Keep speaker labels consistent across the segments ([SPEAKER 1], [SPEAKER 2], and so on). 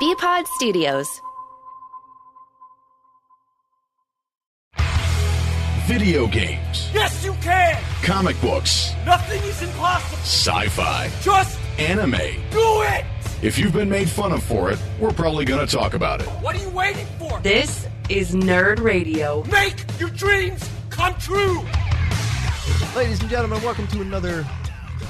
[SPEAKER 1] Bpod Studios.
[SPEAKER 2] Video games,
[SPEAKER 3] Yes, you can!
[SPEAKER 2] comic books,
[SPEAKER 3] Nothing is impossible!
[SPEAKER 2] sci fi,
[SPEAKER 3] Just
[SPEAKER 2] anime.
[SPEAKER 3] do it!
[SPEAKER 2] If you've been made fun of for it, we're probably going to talk about it.
[SPEAKER 3] What are you waiting for?
[SPEAKER 4] This is Nerd Radio.
[SPEAKER 3] Make your dreams come true!
[SPEAKER 5] Ladies and gentlemen, welcome to another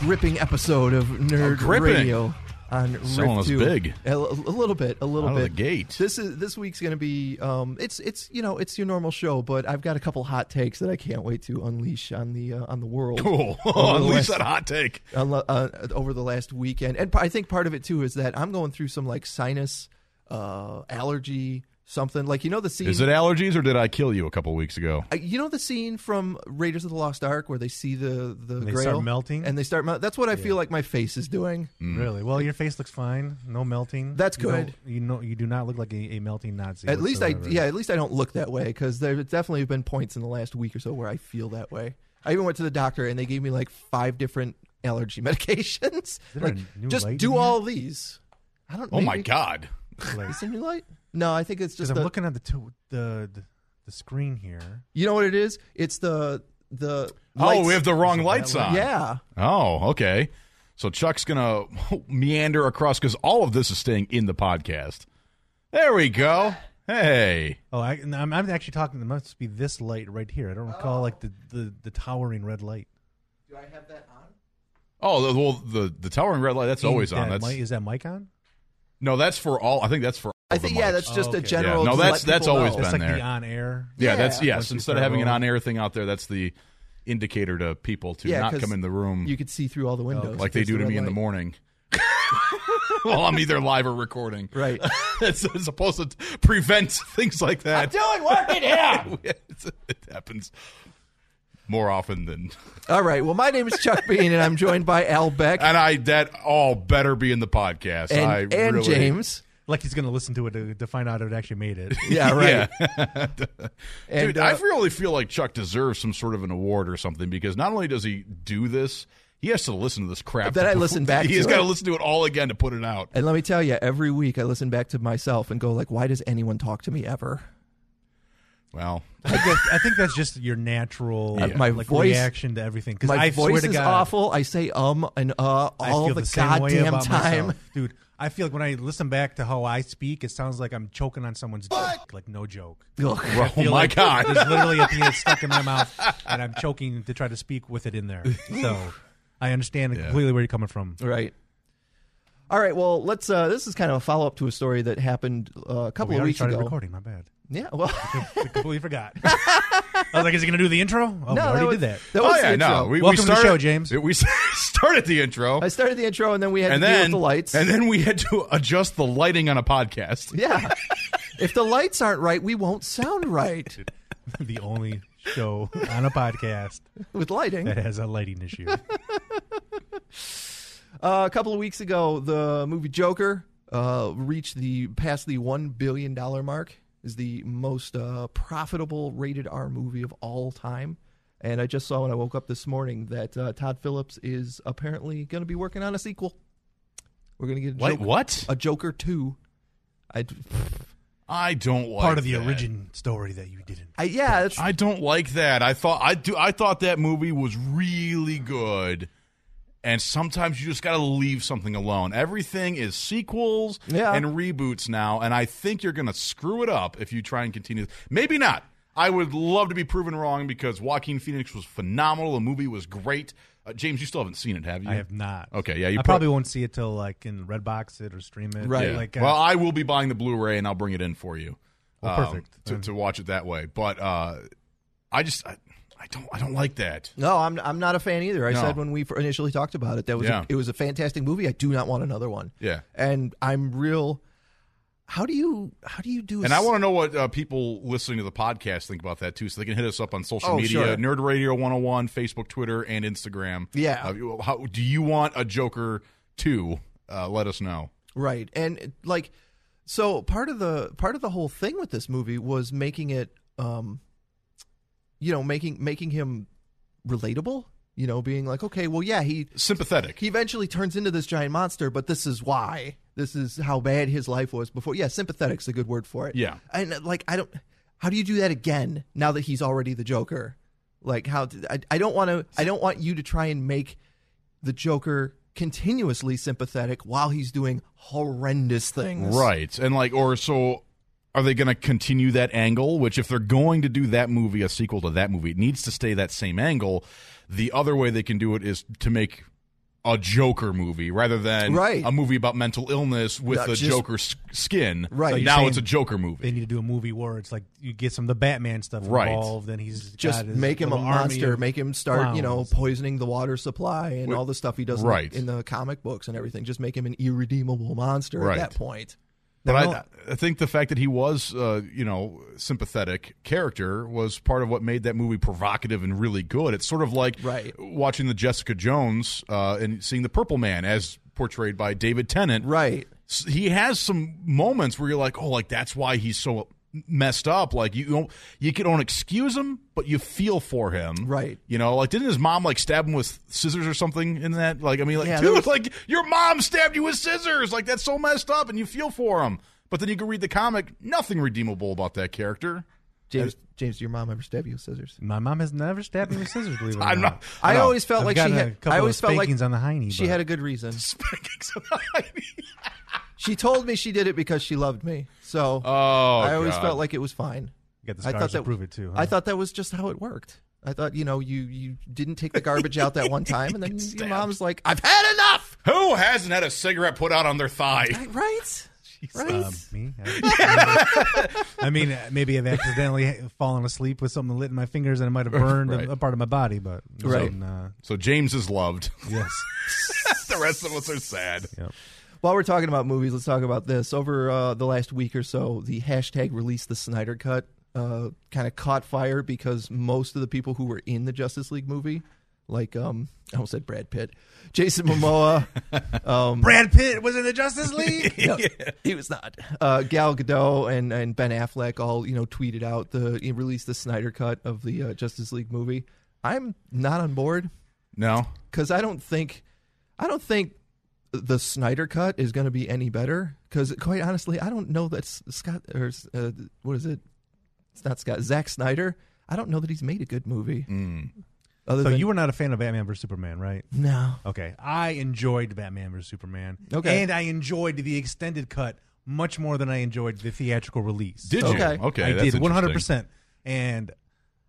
[SPEAKER 5] gripping episode of Nerd
[SPEAKER 6] Oh, gripping.
[SPEAKER 5] Radio on
[SPEAKER 6] Selling
[SPEAKER 5] Rift
[SPEAKER 6] us
[SPEAKER 5] 2.
[SPEAKER 6] big.
[SPEAKER 5] A, l- a little bit, a little
[SPEAKER 6] Out of
[SPEAKER 5] bit.
[SPEAKER 6] the gate.
[SPEAKER 5] This is this week's going to be um it's it's you know, it's your normal show, but I've got a couple hot takes that I can't wait to unleash on the uh, on the world.
[SPEAKER 6] Cool.
[SPEAKER 5] Over
[SPEAKER 6] At
[SPEAKER 5] the
[SPEAKER 6] least
[SPEAKER 5] last-
[SPEAKER 6] that hot take.
[SPEAKER 5] unlo- uh, over the last weekend. And I think part of it too is that I'm going through some like sinus uh allergy something. Like you know the scene
[SPEAKER 6] Is it allergies or did I kill you a couple weeks ago?
[SPEAKER 5] Uh, You know the scene from Raiders of the Lost Ark where they see the the
[SPEAKER 7] they
[SPEAKER 5] grail
[SPEAKER 7] start melting?
[SPEAKER 5] and they start mel- that's what I feel like my face is doing.
[SPEAKER 7] Really? Well, your face looks fine. No melting.
[SPEAKER 5] Mm. That's
[SPEAKER 7] You don't-
[SPEAKER 5] good.
[SPEAKER 7] You know, you do not look like a, a melting Nazi.
[SPEAKER 5] At least I
[SPEAKER 7] whatsoever.
[SPEAKER 5] yeah, at least I don't look that way because there definitely have been points in the last week or so where I feel that way. I even went to the doctor and they gave me like five different allergy medications.
[SPEAKER 7] there
[SPEAKER 5] like
[SPEAKER 7] a new
[SPEAKER 5] just
[SPEAKER 7] light
[SPEAKER 5] do
[SPEAKER 7] in here?
[SPEAKER 5] all these. I don't.
[SPEAKER 6] Oh my
[SPEAKER 5] maybe-
[SPEAKER 6] god.
[SPEAKER 7] Like,
[SPEAKER 5] Is there a new light? No, I think it's
[SPEAKER 7] because
[SPEAKER 5] just
[SPEAKER 7] I'm
[SPEAKER 5] the,
[SPEAKER 7] looking at the, to the the the screen here.
[SPEAKER 5] You know what it is? It's the the.
[SPEAKER 6] Oh,
[SPEAKER 5] lights-
[SPEAKER 6] we have the wrong lights on.
[SPEAKER 5] Yeah.
[SPEAKER 6] Oh, okay. So Chuck's gonna meander across because all of this is staying in the podcast. There we go. Hey.
[SPEAKER 7] Oh, I, no, I'm, I'm actually talking. It must be this light right here. I don't recall like the, the, the towering red light.
[SPEAKER 5] Do I have that on?
[SPEAKER 6] Oh the, well, the the towering red light that's always
[SPEAKER 7] Is
[SPEAKER 6] on.
[SPEAKER 7] that
[SPEAKER 6] That's
[SPEAKER 7] mic- is that mic on?
[SPEAKER 6] no, that's for all. I think that's for. All
[SPEAKER 5] I
[SPEAKER 6] the
[SPEAKER 5] think yeah,
[SPEAKER 6] mics.
[SPEAKER 5] that's just
[SPEAKER 7] Oh,
[SPEAKER 5] a
[SPEAKER 7] okay.
[SPEAKER 5] general.
[SPEAKER 6] Yeah. No,
[SPEAKER 5] to
[SPEAKER 6] that's-
[SPEAKER 5] let
[SPEAKER 6] that's
[SPEAKER 5] people
[SPEAKER 6] always
[SPEAKER 5] know.
[SPEAKER 6] been
[SPEAKER 7] That's like
[SPEAKER 6] there.
[SPEAKER 7] the on air.
[SPEAKER 6] yeah, that's
[SPEAKER 5] yeah.
[SPEAKER 6] yes.
[SPEAKER 7] Once you
[SPEAKER 6] Instead of
[SPEAKER 7] start
[SPEAKER 6] having an
[SPEAKER 7] rolling.
[SPEAKER 6] on air thing out there, that's the indicator to people to
[SPEAKER 5] Yeah,
[SPEAKER 6] not
[SPEAKER 5] 'cause
[SPEAKER 6] come in the room.
[SPEAKER 5] You could see through all the windows.
[SPEAKER 6] like
[SPEAKER 5] if
[SPEAKER 6] they
[SPEAKER 5] there's
[SPEAKER 6] do to
[SPEAKER 5] red
[SPEAKER 6] me in the
[SPEAKER 5] light.
[SPEAKER 6] morning. well, I'm either live or recording.
[SPEAKER 5] Right.
[SPEAKER 6] That's it's supposed to t- prevent things like that.
[SPEAKER 3] Doing work in here!
[SPEAKER 6] It's- it happens more often than.
[SPEAKER 5] All right. Well, my name is Chuck Bean, and I'm joined by Al Beck
[SPEAKER 6] And I that all better be in the podcast.
[SPEAKER 5] and,
[SPEAKER 6] I
[SPEAKER 5] and
[SPEAKER 6] really,
[SPEAKER 5] James.
[SPEAKER 7] Like he's gonna listen to it to, to find out if it actually made it.
[SPEAKER 5] Yeah, right.
[SPEAKER 6] Dude,
[SPEAKER 5] And, uh,
[SPEAKER 6] I really feel like Chuck deserves some sort of an award or something because not only does he do this, he has to listen to this crap.
[SPEAKER 5] Then
[SPEAKER 6] to-
[SPEAKER 5] I listen back
[SPEAKER 6] He's
[SPEAKER 5] to
[SPEAKER 6] got
[SPEAKER 5] it.
[SPEAKER 6] to listen to it all again to put it out.
[SPEAKER 5] And let me tell you, every week I listen back to myself and go like, "Why does anyone talk to me ever?"
[SPEAKER 6] Well,
[SPEAKER 7] I, guess, I think that's just your natural
[SPEAKER 5] Uh, my
[SPEAKER 7] like,
[SPEAKER 5] voice-
[SPEAKER 7] reaction to everything. Because
[SPEAKER 5] My
[SPEAKER 7] I
[SPEAKER 5] voice
[SPEAKER 7] swear to
[SPEAKER 5] is
[SPEAKER 7] God,
[SPEAKER 5] awful. I say um and uh
[SPEAKER 7] I
[SPEAKER 5] all
[SPEAKER 7] feel
[SPEAKER 5] the,
[SPEAKER 7] same way
[SPEAKER 5] goddamn
[SPEAKER 7] about
[SPEAKER 5] time.
[SPEAKER 7] myself. dude. I feel like when I listen back to how I speak, it sounds like I'm choking on someone's dick. Like no joke.
[SPEAKER 5] Ugh.
[SPEAKER 6] oh my
[SPEAKER 7] Feel like
[SPEAKER 6] god,
[SPEAKER 7] There's literally a thing that's stuck in my mouth, and I'm choking to try to speak with it in there. So I understand completely where you're coming from.
[SPEAKER 5] Right. All right. Well, let's. Uh, this is kind of a follow up to a story that happened uh, a couple
[SPEAKER 7] We
[SPEAKER 5] of
[SPEAKER 7] already
[SPEAKER 5] weeks
[SPEAKER 7] started
[SPEAKER 5] ago.
[SPEAKER 7] recording. My bad.
[SPEAKER 5] Yeah. Well,
[SPEAKER 7] I completely forgot. I was like, "Is he going to do the intro?" Oh, we
[SPEAKER 5] no,
[SPEAKER 7] already
[SPEAKER 5] was,
[SPEAKER 7] did that.
[SPEAKER 5] was
[SPEAKER 6] oh
[SPEAKER 5] the
[SPEAKER 6] yeah, no.
[SPEAKER 5] intro.
[SPEAKER 6] We,
[SPEAKER 7] Welcome
[SPEAKER 6] we
[SPEAKER 7] to the
[SPEAKER 6] started,
[SPEAKER 7] show, James.
[SPEAKER 6] We started the intro,
[SPEAKER 5] I started the intro and then we had
[SPEAKER 6] and
[SPEAKER 5] to deal
[SPEAKER 6] then
[SPEAKER 5] with the lights.
[SPEAKER 6] and then we had to adjust the lighting on a podcast.
[SPEAKER 5] yeah. if the lights aren't right, we won't sound right
[SPEAKER 7] the only show on a podcast
[SPEAKER 5] with lighting.
[SPEAKER 7] that has a lighting issue.
[SPEAKER 5] Uh, a couple of weeks ago, the movie Joker uh, reached the past the one billion dollar mark. Is the most uh, profitable rated R movie of all time. And I just saw when I woke up this morning that uh, Todd Phillips is apparently going to be working on a sequel. We're going to get a
[SPEAKER 6] Wait,
[SPEAKER 5] Joker,
[SPEAKER 6] what?
[SPEAKER 5] A Joker two. I,
[SPEAKER 6] I don't like
[SPEAKER 7] Part of the
[SPEAKER 6] that.
[SPEAKER 7] origin story that you didn't.
[SPEAKER 5] I yeah, that's,
[SPEAKER 6] I don't like that. I thought I do. I thought that movie was really good. And sometimes you just got to leave something alone. Everything is sequels
[SPEAKER 5] Yeah.
[SPEAKER 6] and reboots now, and I think you're going to screw it up if you try and continue. Maybe not. I would love to be proven wrong because Joaquin Phoenix was phenomenal. The movie was great. Uh, James, you still haven't seen it, have you?
[SPEAKER 7] I have not.
[SPEAKER 6] Okay, yeah, you
[SPEAKER 7] I
[SPEAKER 6] put-
[SPEAKER 7] probably won't see it till like in Redbox it or stream it.
[SPEAKER 5] Right.
[SPEAKER 6] Yeah.
[SPEAKER 7] Like, uh,
[SPEAKER 6] well, I will be buying the Blu-ray and I'll bring it in for you.
[SPEAKER 7] Well,
[SPEAKER 6] um,
[SPEAKER 7] perfect.
[SPEAKER 6] to, to watch it that way. But uh, I just I, I don't I don't like that.
[SPEAKER 5] no, I'm I'm not a fan either. I
[SPEAKER 6] No.
[SPEAKER 5] said when we fir- initially talked about it that was a-
[SPEAKER 6] Yeah.
[SPEAKER 5] it was a fantastic movie. I do not want another one.
[SPEAKER 6] Yeah.
[SPEAKER 5] and I'm real. How do you how do you do? a
[SPEAKER 6] And I
[SPEAKER 5] s-
[SPEAKER 6] want to know what uh, people listening to the podcast think about that too, so they can hit us up on social
[SPEAKER 5] Oh,
[SPEAKER 6] media:
[SPEAKER 5] sure.
[SPEAKER 6] Nerd Radio 101, Facebook, Twitter, and Instagram.
[SPEAKER 5] Yeah.
[SPEAKER 6] Uh, how, do you want a Joker two? Uh, let us know.
[SPEAKER 5] Right. And like so part of the part of the whole thing with this movie was making it um you know, making making him relatable, you know, being like, okay, well yeah, he
[SPEAKER 6] Sympathetic.
[SPEAKER 5] he eventually turns into this giant monster, but this is why. This is how bad his life was before. Yeah, sympathetic's a good word for it.
[SPEAKER 6] Yeah.
[SPEAKER 5] and uh, like I don't. How do you do that again now that he's already the Joker? Like how did- I, I don't want to. I don't want you to try and make the Joker continuously sympathetic while he's doing horrendous things.
[SPEAKER 6] Right. And like or so are they going to continue that angle, which if they're going to do that movie a sequel to that movie, it needs to stay that same angle. The other way they can do it is to make a Joker movie rather than
[SPEAKER 5] Right.
[SPEAKER 6] a movie about mental illness with
[SPEAKER 5] Not
[SPEAKER 6] the
[SPEAKER 5] just-
[SPEAKER 6] Joker s- skin.
[SPEAKER 5] Right.
[SPEAKER 6] Like,
[SPEAKER 5] You're
[SPEAKER 6] now
[SPEAKER 5] saying
[SPEAKER 6] it's a Joker
[SPEAKER 7] They
[SPEAKER 6] movie.
[SPEAKER 7] need to do a movie where it's like you get some of the Batman stuff
[SPEAKER 6] Right.
[SPEAKER 7] involved, and he's
[SPEAKER 5] Just
[SPEAKER 7] got his
[SPEAKER 5] make him a
[SPEAKER 7] little army
[SPEAKER 5] monster.
[SPEAKER 7] of
[SPEAKER 5] Make him start, you know,
[SPEAKER 7] clowns.
[SPEAKER 5] poisoning the water supply and all the stuff he does in-
[SPEAKER 6] Right.
[SPEAKER 5] in the comic books and everything. Just make him an irredeemable monster
[SPEAKER 6] Right.
[SPEAKER 5] at that point.
[SPEAKER 6] But
[SPEAKER 5] No,
[SPEAKER 6] I, I think the fact that he was, uh, you know, sympathetic character was part of what made that movie provocative and really good. It's sort of like
[SPEAKER 5] Right.
[SPEAKER 6] watching the Jessica Jones uh, and seeing the Purple Man as portrayed by David Tennant.
[SPEAKER 5] Right.
[SPEAKER 6] S- He has some moments where you're like, oh, like that's why he's so messed up. Like you don't, you can don't excuse him, but you feel for him.
[SPEAKER 5] Right.
[SPEAKER 6] You know, like didn't his mom like stab him with scissors or something in that? Like I mean, like
[SPEAKER 5] Yeah,
[SPEAKER 6] dude,
[SPEAKER 5] there was-
[SPEAKER 6] like your mom stabbed you with scissors. Like that's so messed up, and you feel for him. But then you go read the comic, nothing redeemable about that character.
[SPEAKER 5] James, James, did your mom ever stab you with scissors?
[SPEAKER 7] My mom has never stabbed me with scissors. Believe it or
[SPEAKER 6] I'm
[SPEAKER 7] not.
[SPEAKER 6] not.
[SPEAKER 5] I,
[SPEAKER 6] know.
[SPEAKER 5] always felt
[SPEAKER 7] Oh, I've
[SPEAKER 5] like she
[SPEAKER 7] gotten
[SPEAKER 5] had.
[SPEAKER 7] a couple
[SPEAKER 5] I
[SPEAKER 7] of
[SPEAKER 5] always felt like
[SPEAKER 7] spankings on the hiney,
[SPEAKER 5] She
[SPEAKER 7] but-
[SPEAKER 5] had a good reason.
[SPEAKER 6] Pancakes on the Heidi.
[SPEAKER 5] She told me she did it because she loved me. So
[SPEAKER 6] Oh,
[SPEAKER 5] I always
[SPEAKER 6] God.
[SPEAKER 5] felt like it was fine.
[SPEAKER 7] You got the
[SPEAKER 5] I
[SPEAKER 7] scars
[SPEAKER 5] thought
[SPEAKER 7] to
[SPEAKER 5] that
[SPEAKER 7] prove it too.
[SPEAKER 5] I
[SPEAKER 7] huh?
[SPEAKER 5] thought that was just how it worked. I thought you know you you didn't take the garbage out that one time, and then your
[SPEAKER 6] stabbed.
[SPEAKER 5] mom's like, "I've had enough."
[SPEAKER 6] who hasn't had a cigarette put out on their thigh?
[SPEAKER 5] Right. Right.
[SPEAKER 7] Um, me? I- I mean, uh, maybe I've accidentally fallen asleep with something lit in my fingers and it might have burned a-
[SPEAKER 6] Right.
[SPEAKER 7] a, part of my body, but
[SPEAKER 5] Right.
[SPEAKER 7] so, uh,
[SPEAKER 6] So James is loved.
[SPEAKER 7] yes.
[SPEAKER 6] the rest of us are sad.
[SPEAKER 5] While we're talking about movies, let's talk about this. Over uh, the last week or so, the hashtag release the Snyder Cut uh, kind of caught fire because most of the people who were in the Justice League movie, like um, I almost said Brad Pitt, Jason Momoa,
[SPEAKER 7] Brad Pitt was in the Justice League.
[SPEAKER 5] no, he was not. Uh, Gal Gadot and, and Ben Affleck all you know tweeted out the he released the Snyder Cut of the uh, Justice League movie. I'm not on board
[SPEAKER 6] No.
[SPEAKER 5] because I don't think I don't think the Snyder cut is going to be any better. Because quite honestly, I don't know that S- Scott or uh, what is it? It's not Scott. Zack Snyder. I don't know that he's made a good movie. Other
[SPEAKER 7] so
[SPEAKER 5] than
[SPEAKER 7] you were not a fan of Batman vs Superman, right?
[SPEAKER 5] no,
[SPEAKER 6] Uh-huh.
[SPEAKER 7] Okay, I enjoyed Batman vs Superman.
[SPEAKER 5] Okay.
[SPEAKER 7] and I enjoyed the extended cut much more than I enjoyed the theatrical release.
[SPEAKER 6] Did
[SPEAKER 5] Okay.
[SPEAKER 6] you? Okay.
[SPEAKER 7] I
[SPEAKER 6] that's
[SPEAKER 7] did one hundred
[SPEAKER 6] interesting.
[SPEAKER 7] percent, and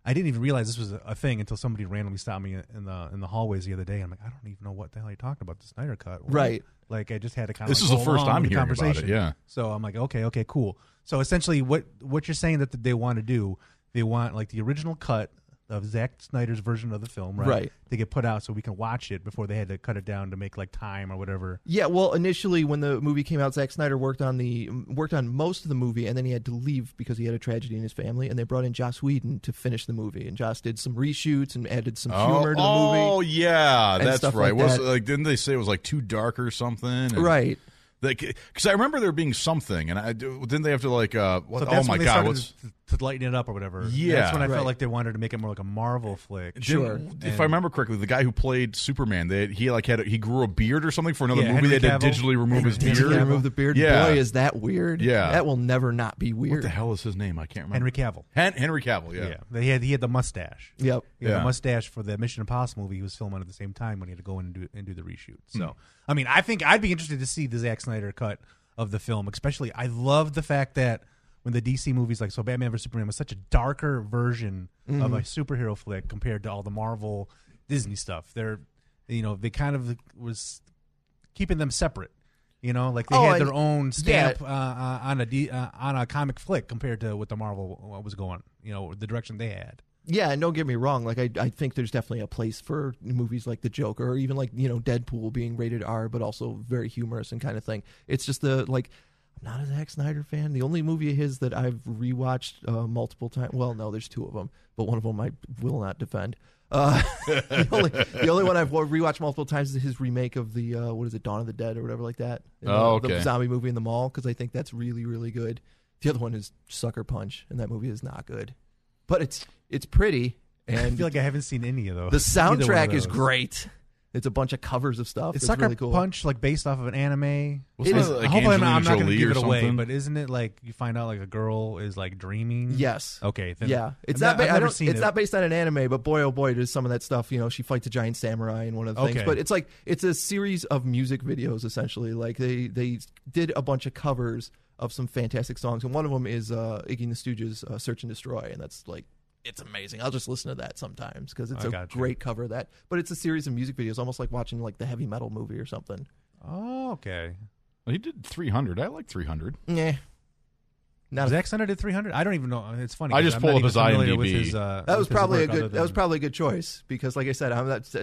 [SPEAKER 7] I didn't even realize this was a, a thing until somebody randomly stopped me in the in the hallways the other day. And I'm like, I don't even know what the hell you're talking about. The Snyder Cut, What?
[SPEAKER 5] Right.
[SPEAKER 7] Like I just had to kind of.
[SPEAKER 6] This
[SPEAKER 7] like,
[SPEAKER 6] is the
[SPEAKER 7] go
[SPEAKER 6] first
[SPEAKER 7] along
[SPEAKER 6] I'm
[SPEAKER 7] with the
[SPEAKER 6] hearing about it,
[SPEAKER 7] conversation.
[SPEAKER 6] yeah.
[SPEAKER 7] So I'm like, okay, okay, cool. So essentially, what what you're saying that they want to do, they want like the original cut of Zack Snyder's version of the film, right?
[SPEAKER 5] Right.
[SPEAKER 7] To get put out so we can watch it before they had to cut it down to make like time or whatever.
[SPEAKER 5] Yeah, well, initially when the movie came out, Zack Snyder worked on the worked on most of the movie, and then he had to leave because he had a tragedy in his family, and they brought in Joss Whedon to finish the movie, and Joss did some reshoots and added some
[SPEAKER 6] Oh,
[SPEAKER 5] humor to the
[SPEAKER 6] oh,
[SPEAKER 5] movie.
[SPEAKER 6] yeah,
[SPEAKER 5] and
[SPEAKER 6] that's
[SPEAKER 5] stuff
[SPEAKER 6] right.
[SPEAKER 5] like
[SPEAKER 6] was
[SPEAKER 5] that.
[SPEAKER 6] like didn't they say it was like too dark or something? And
[SPEAKER 5] Right.
[SPEAKER 6] Because I remember there being something, and I didn't they have to like uh, what,
[SPEAKER 7] So
[SPEAKER 6] oh
[SPEAKER 7] that's
[SPEAKER 6] my
[SPEAKER 7] when they
[SPEAKER 6] god,
[SPEAKER 7] started
[SPEAKER 6] what's
[SPEAKER 7] to, to lighten it up or whatever.
[SPEAKER 6] Yeah.
[SPEAKER 7] that's when I
[SPEAKER 5] Right.
[SPEAKER 7] felt like they wanted to make it more like a Marvel flick.
[SPEAKER 6] didn't-
[SPEAKER 5] Sure.
[SPEAKER 6] If I remember correctly, the guy who played Superman, they, he like had a, he grew a beard or something for another
[SPEAKER 7] Yeah,
[SPEAKER 6] movie.
[SPEAKER 7] Henry
[SPEAKER 6] they had to
[SPEAKER 7] Cavill.
[SPEAKER 6] digitally remove his
[SPEAKER 7] Henry
[SPEAKER 5] Did
[SPEAKER 6] beard.
[SPEAKER 5] he
[SPEAKER 7] Cavill.
[SPEAKER 5] remove the beard?
[SPEAKER 6] Yeah.
[SPEAKER 5] Boy, is that weird.
[SPEAKER 6] Yeah.
[SPEAKER 5] That will never not be weird.
[SPEAKER 6] What the hell is his name? I can't remember.
[SPEAKER 7] Henry Cavill.
[SPEAKER 6] Hen- Henry Cavill. Yeah.
[SPEAKER 7] Yeah. They had he had the mustache.
[SPEAKER 5] Yep.
[SPEAKER 7] He had
[SPEAKER 6] Yeah.
[SPEAKER 7] the mustache for the Mission Impossible movie he was filming at the same time when he had to go in and do and do the reshoot. So
[SPEAKER 5] Hmm.
[SPEAKER 7] I mean, I think I'd be interested to see the Zack Snyder cut of the film, especially I love the fact that when the DC movies like so Batman vs Superman was such a darker version
[SPEAKER 5] Mm-hmm.
[SPEAKER 7] of a superhero flick compared to all the Marvel Disney stuff. They're you know, they kind of was keeping them separate. You know, like they
[SPEAKER 5] Oh,
[SPEAKER 7] had
[SPEAKER 5] and-
[SPEAKER 7] their own stamp uh, uh, on a D, uh, on a comic flick compared to what the Marvel what was going. You know, the direction they had.
[SPEAKER 5] Yeah, and don't get me wrong. Like, I, I think there's definitely a place for movies like The Joker or even like, you know, Deadpool being rated R, but also very humorous and kind of thing. It's just the, like, I'm not a Zack Snyder fan. The only movie of his that I've rewatched uh, multiple times, well, no, there's two of them, but one of them I will not defend. Uh, the, only, the only one I've wa- rewatched multiple times is his remake of the, uh, what is it, Dawn of the Dead or whatever like that. And,
[SPEAKER 6] Oh,
[SPEAKER 5] uh,
[SPEAKER 6] okay.
[SPEAKER 5] The zombie movie in the mall, because I think that's really, really good. The other one is Sucker Punch, and that movie is not good but it's it's pretty
[SPEAKER 7] I
[SPEAKER 5] and
[SPEAKER 7] feel like I haven't seen any of those.
[SPEAKER 5] the
[SPEAKER 7] Either one of
[SPEAKER 5] soundtrack is
[SPEAKER 7] those.
[SPEAKER 5] great. It's a bunch of covers of stuff.
[SPEAKER 7] It's
[SPEAKER 5] It's,
[SPEAKER 7] Sucker
[SPEAKER 5] really cool.
[SPEAKER 7] Punch, like based off of an anime.
[SPEAKER 6] Wasn't
[SPEAKER 5] It is-
[SPEAKER 6] it, like,
[SPEAKER 7] I hope I'm,
[SPEAKER 6] Angelina
[SPEAKER 7] I'm not going to
[SPEAKER 6] Jolie
[SPEAKER 7] give
[SPEAKER 6] or
[SPEAKER 7] it away,
[SPEAKER 6] something?
[SPEAKER 7] but isn't it like you find out like a girl is like dreaming?
[SPEAKER 5] Yes.
[SPEAKER 7] Okay. Then
[SPEAKER 5] yeah, it's
[SPEAKER 7] I've
[SPEAKER 5] not. ba-
[SPEAKER 7] ne- I've
[SPEAKER 5] I
[SPEAKER 7] never
[SPEAKER 5] don't,
[SPEAKER 7] seen
[SPEAKER 5] it's
[SPEAKER 7] it.
[SPEAKER 5] not based on an anime, but boy, oh boy, does some of that stuff. You know, she fights a giant samurai in one of the things.
[SPEAKER 7] Okay.
[SPEAKER 5] But it's like it's a series of music videos essentially. Like they they did a bunch of covers of some fantastic songs, and one of them is uh, Iggy and the Stooges' uh, "Search and Destroy," and that's like it's amazing. I'll just listen to that sometimes because it's
[SPEAKER 7] I
[SPEAKER 5] a
[SPEAKER 7] gotcha.
[SPEAKER 5] great cover of that. But it's a series of music videos, almost like watching like the heavy metal movie or something.
[SPEAKER 7] Oh, okay.
[SPEAKER 6] He did 300. I like 300.
[SPEAKER 5] Yeah, not a
[SPEAKER 7] Zack Snyder did 300. I don't even know. I mean, It's funny.
[SPEAKER 6] I
[SPEAKER 7] 'cause
[SPEAKER 6] just
[SPEAKER 7] I'm
[SPEAKER 6] pulled up
[SPEAKER 7] not even
[SPEAKER 6] his
[SPEAKER 7] familiar
[SPEAKER 6] IMDb.
[SPEAKER 7] With his, uh,
[SPEAKER 5] that was
[SPEAKER 7] with his
[SPEAKER 5] probably a
[SPEAKER 7] work other
[SPEAKER 5] good that was
[SPEAKER 7] than-
[SPEAKER 5] probably a good choice because like I said I'm not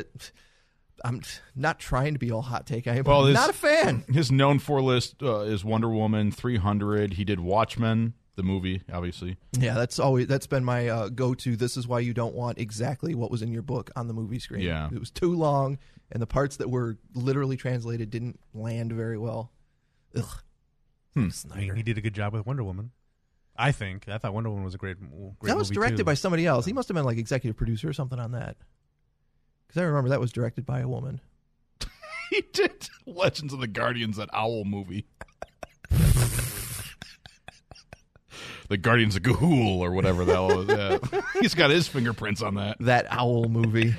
[SPEAKER 5] I'm not trying to be all hot take I am
[SPEAKER 6] Well, this-
[SPEAKER 5] not a fan
[SPEAKER 6] His known for list uh, is Wonder Woman, 300. He did Watchmen, the movie, obviously.
[SPEAKER 5] yeah that's always that's been my uh, go to this is why you don't want exactly what was in your book on the movie screen
[SPEAKER 6] Yeah.
[SPEAKER 5] it was too long and the parts that were literally translated didn't land very well ugh
[SPEAKER 7] I mean,
[SPEAKER 5] Snyder
[SPEAKER 7] he did a good job with Wonder Woman. I think. I thought Wonder Woman was a great, great
[SPEAKER 5] that was
[SPEAKER 7] movie,
[SPEAKER 5] directed
[SPEAKER 7] too.
[SPEAKER 5] by somebody else he must have been like executive producer or something on that because I remember that was directed by a woman
[SPEAKER 6] He did Legends of the Guardians, that owl movie. the Guardians of Gahul or whatever that was. Yeah. He's got his fingerprints on that.
[SPEAKER 5] that owl movie.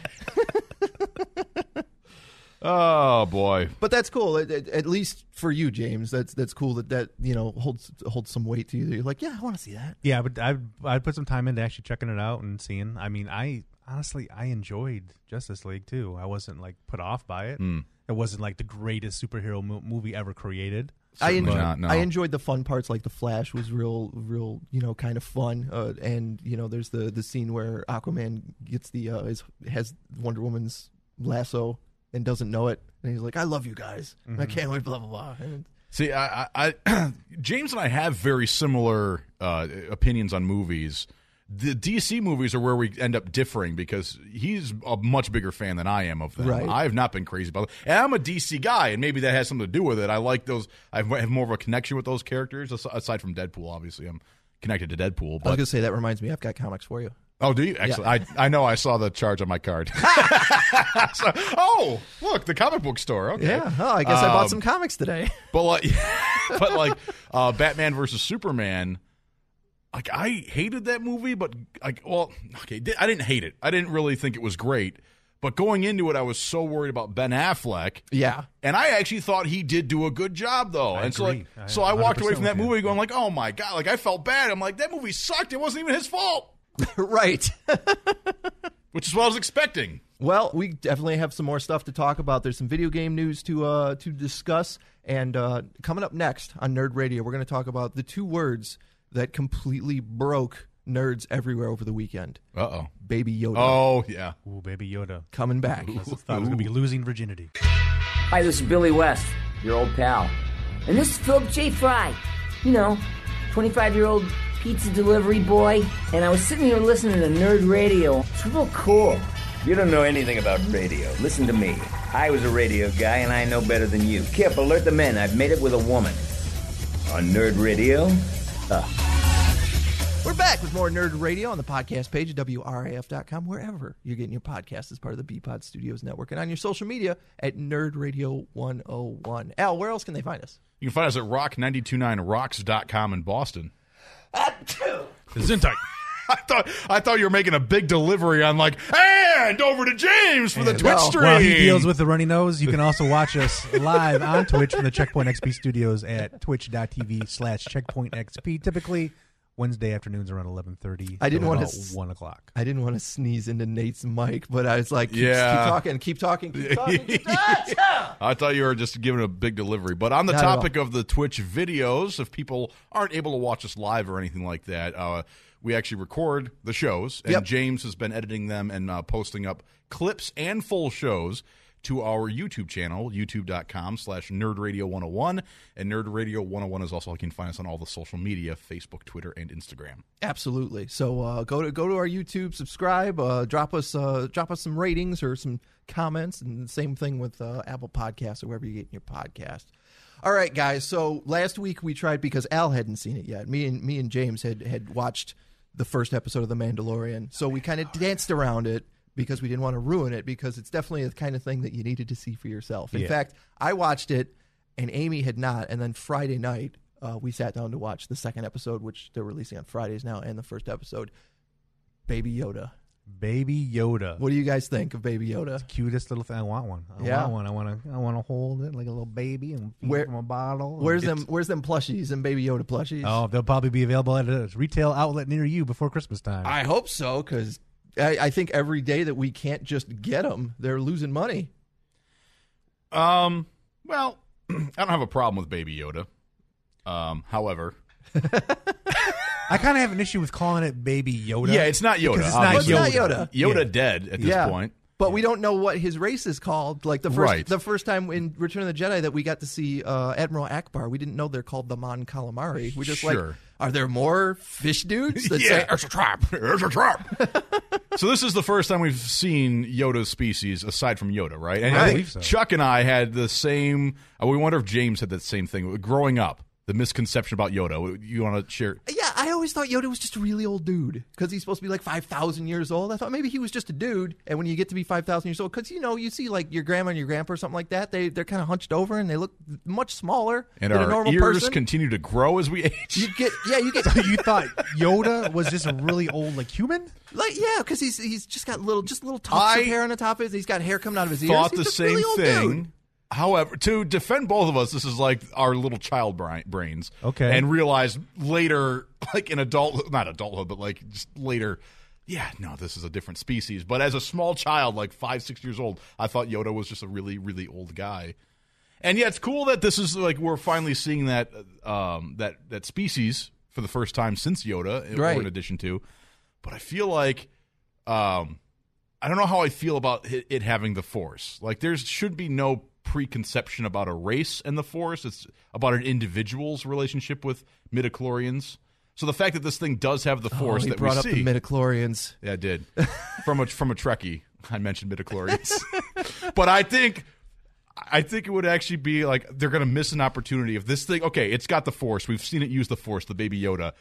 [SPEAKER 6] Oh, boy.
[SPEAKER 5] But that's cool. At, at, at least for you, James, that's that's cool that that you know holds holds some weight to you. That you're like, yeah, I want to see that.
[SPEAKER 7] Yeah, but I I put some time into actually checking it out and seeing. I mean, I honestly I enjoyed Justice League too. I wasn't like put off by it.
[SPEAKER 5] Hmm.
[SPEAKER 7] It wasn't like the greatest superhero mo- movie ever created.
[SPEAKER 5] I
[SPEAKER 6] Certainly
[SPEAKER 5] enjoyed,
[SPEAKER 6] not, no.
[SPEAKER 5] I enjoyed the fun parts, like the Flash was real, real, you know, kind of fun. Uh, and you know, there's the the scene where Aquaman gets the uh, is, has Wonder Woman's lasso and doesn't know it, and he's like, "I love you guys, and I can't wait." Blah blah blah. And
[SPEAKER 6] See, I, I, I James and I have very similar uh, opinions on movies. The DC movies are where we end up differing because he's a much bigger fan than I am of them.
[SPEAKER 5] Right.
[SPEAKER 6] I have not been crazy about them. And I'm a DC guy, and maybe that has something to do with it. I like those. I have more of a connection with those characters, as- aside from Deadpool, obviously. I'm connected to Deadpool.
[SPEAKER 5] I was
[SPEAKER 6] But,
[SPEAKER 5] gonna say that reminds me, I've got comics for you.
[SPEAKER 6] oh, do you? Excellent. I, I know I saw the charge on my card. So- oh, look, the comic book store. Okay.
[SPEAKER 5] Yeah, oh, I guess I bought
[SPEAKER 6] Um,
[SPEAKER 5] some comics today.
[SPEAKER 6] but like, but like, uh, Batman versus Superman. Like I hated that movie, but like, well, okay, di- I didn't hate it. I didn't really think it was great. But going into it, I was so worried about Ben Affleck,
[SPEAKER 5] yeah,
[SPEAKER 6] and I actually thought he did do a good job, though. and so, like,
[SPEAKER 7] agree. I
[SPEAKER 6] so I walked away
[SPEAKER 7] 100%
[SPEAKER 6] from that
[SPEAKER 7] with you.
[SPEAKER 6] movie going like, oh my god, like I felt bad. I'm like, that movie sucked. It wasn't even his fault,
[SPEAKER 5] right.
[SPEAKER 6] which is what I was expecting.
[SPEAKER 5] Well, we definitely have some more stuff to talk about. There's some video game news to uh, to discuss, and uh, coming up next on Nerd Radio, we're going to talk about the two words that completely broke nerds everywhere over the weekend.
[SPEAKER 6] Uh oh.
[SPEAKER 5] Baby Yoda
[SPEAKER 6] Oh yeah.
[SPEAKER 7] Ooh, baby Yoda.
[SPEAKER 5] coming back.
[SPEAKER 7] I thought it was gonna be losing virginity.
[SPEAKER 1] Hi, this is Billy West, your old pal. And this is Philip J. Fry, you know, 25 year old pizza delivery boy. And I was sitting here listening to Nerd Radio. It's real cool.
[SPEAKER 8] You don't know anything about radio. Listen to me. I was a radio guy and I know better than you. Kip, alert the men. I've made it with a woman. On Nerd Radio,
[SPEAKER 5] We're back with more Nerd Radio on the podcast page at WRAF.com, wherever you're getting your podcast as part of the Pod Studios Network, and on your social media at Nerd Radio 101. Al, where else can they find us?
[SPEAKER 6] You can find us at rock929rocks.com in Boston.
[SPEAKER 7] Zintai.
[SPEAKER 6] I thought I thought you were making a big delivery on like and over to James for the Twitch
[SPEAKER 5] well,
[SPEAKER 6] stream.
[SPEAKER 7] While he deals with the runny nose, you can also watch us live on Twitch from the Checkpoint XP studios at twitch.tv slash checkpoint XP. Typically Wednesday afternoons around eleven thirty.
[SPEAKER 5] I didn't wanna s-
[SPEAKER 7] one o'clock.
[SPEAKER 5] I didn't want to sneeze into Nate's mic, but I was like, keep,
[SPEAKER 6] Yeah.
[SPEAKER 5] keep talking, keep talking, keep talking, keep talking.
[SPEAKER 6] I thought you were just giving a big delivery. But on the
[SPEAKER 5] Not at all.
[SPEAKER 6] topic of the Twitch videos, if people aren't able to watch us live or anything like that, uh, we actually record the shows, and
[SPEAKER 5] Yep.
[SPEAKER 6] James has been editing them and uh, posting up clips and full shows to our YouTube channel, youtube.com slash nerdradio101. And Nerd Radio 101 is also, you can find us on all the social media, Facebook, Twitter, and Instagram.
[SPEAKER 5] Absolutely. So uh, go to go to our YouTube, subscribe, uh, drop us uh, drop us some ratings or some comments, and the same thing with uh, Apple Podcasts or wherever you get your podcast. All right, guys. So last week we tried because Al hadn't seen it yet. Me and me and James had had watched the first episode of The Mandalorian, so we kind of danced around it because we didn't want to ruin it because it's definitely the kind of thing that you needed to see for yourself. In
[SPEAKER 7] Yeah.
[SPEAKER 5] fact, I watched it and Amy had not. And then Friday night, uh, we sat down to watch the second episode, which they're releasing on Fridays now, and the first episode, Baby Yoda.
[SPEAKER 7] Baby Yoda.
[SPEAKER 5] What do you guys think of Baby Yoda?
[SPEAKER 7] Cutest little thing. I want one. I
[SPEAKER 5] Yeah.
[SPEAKER 7] want one. I want to. I want to hold it like a little baby and feed
[SPEAKER 5] Where-
[SPEAKER 7] it from a bottle.
[SPEAKER 5] Where's
[SPEAKER 7] It's-
[SPEAKER 5] them? Where's them plushies and Baby Yoda plushies?
[SPEAKER 7] Oh, they'll probably be available at a retail outlet near you before Christmas time.
[SPEAKER 5] I hope so because I, I think every day that we can't just get them, they're losing money.
[SPEAKER 6] Um, well, I don't have a problem with Baby Yoda. Um, however,
[SPEAKER 7] I kind of have an issue with calling it Baby Yoda.
[SPEAKER 6] yeah, it's not Yoda.
[SPEAKER 7] Because it's not
[SPEAKER 6] obviously.
[SPEAKER 5] Yoda. It's not Yoda.
[SPEAKER 6] Yoda
[SPEAKER 7] Yeah.
[SPEAKER 6] dead at this
[SPEAKER 5] yeah,
[SPEAKER 6] point.
[SPEAKER 5] but we don't know what his race is called. Like the first,
[SPEAKER 6] Right.
[SPEAKER 5] the first time in Return of the Jedi that we got to see uh, Admiral Akbar, we didn't know they're called the Mon Calamari. We just like,
[SPEAKER 6] Sure.
[SPEAKER 5] are there more fish dudes? That
[SPEAKER 6] yeah,
[SPEAKER 5] say-
[SPEAKER 6] there's a trap. There's a trap. so this is the first time we've seen Yoda's species aside from Yoda, right? And
[SPEAKER 7] I
[SPEAKER 6] I think
[SPEAKER 7] believe so.
[SPEAKER 6] Chuck and I had the same. uh, We wonder if James had that same thing growing up. The misconception about Yoda. You want to share?
[SPEAKER 5] yeah, I always thought Yoda was just a really old dude because he's supposed to be like 5,000 years old. I thought maybe he was just a dude. And when you get to be 5,000 years old, because you know, you see like your grandma and your grandpa or something like that, they, they're kind of hunched over and they look much smaller
[SPEAKER 6] And
[SPEAKER 5] than a
[SPEAKER 6] our
[SPEAKER 5] normal
[SPEAKER 6] ears
[SPEAKER 5] person.
[SPEAKER 6] continue to grow as we age.
[SPEAKER 5] you get, yeah, you get,
[SPEAKER 7] you thought Yoda was just a really old like human?
[SPEAKER 5] like, yeah, because he's, he's just got little, just little tufts
[SPEAKER 6] I
[SPEAKER 5] of hair on the top of his. He's got hair coming out of his ears.
[SPEAKER 6] thought
[SPEAKER 5] He's
[SPEAKER 6] the
[SPEAKER 5] just a really
[SPEAKER 6] same
[SPEAKER 5] old
[SPEAKER 6] thing.
[SPEAKER 5] dude.
[SPEAKER 6] However, to defend both of us, this is like our little child bri- brains.
[SPEAKER 7] Okay.
[SPEAKER 6] And realize later, like in adult, not adulthood, but like just later, yeah, no, this is a different species. But as a small child, like five, six years old, I thought Yoda was just a really, really old guy. And yeah, it's cool that this is like we're finally seeing that um, that that species for the first time since Yoda,
[SPEAKER 5] Right.
[SPEAKER 6] or in addition to. But I feel like um, I don't know how I feel about it, it having the Force. Like there should be no preconception about a race and the Force. It's about an individual's relationship with midichlorians. So the fact that this thing does have the Force
[SPEAKER 5] Oh, he
[SPEAKER 6] that
[SPEAKER 5] brought
[SPEAKER 6] we
[SPEAKER 5] up
[SPEAKER 6] see,
[SPEAKER 5] the midichlorians.
[SPEAKER 6] yeah, I did. From a from a Trekkie, I mentioned midichlorians. but I think I think it would actually be like they're going to miss an opportunity if this thing. Okay, it's got the Force. We've seen it use the Force, the Baby Yoda.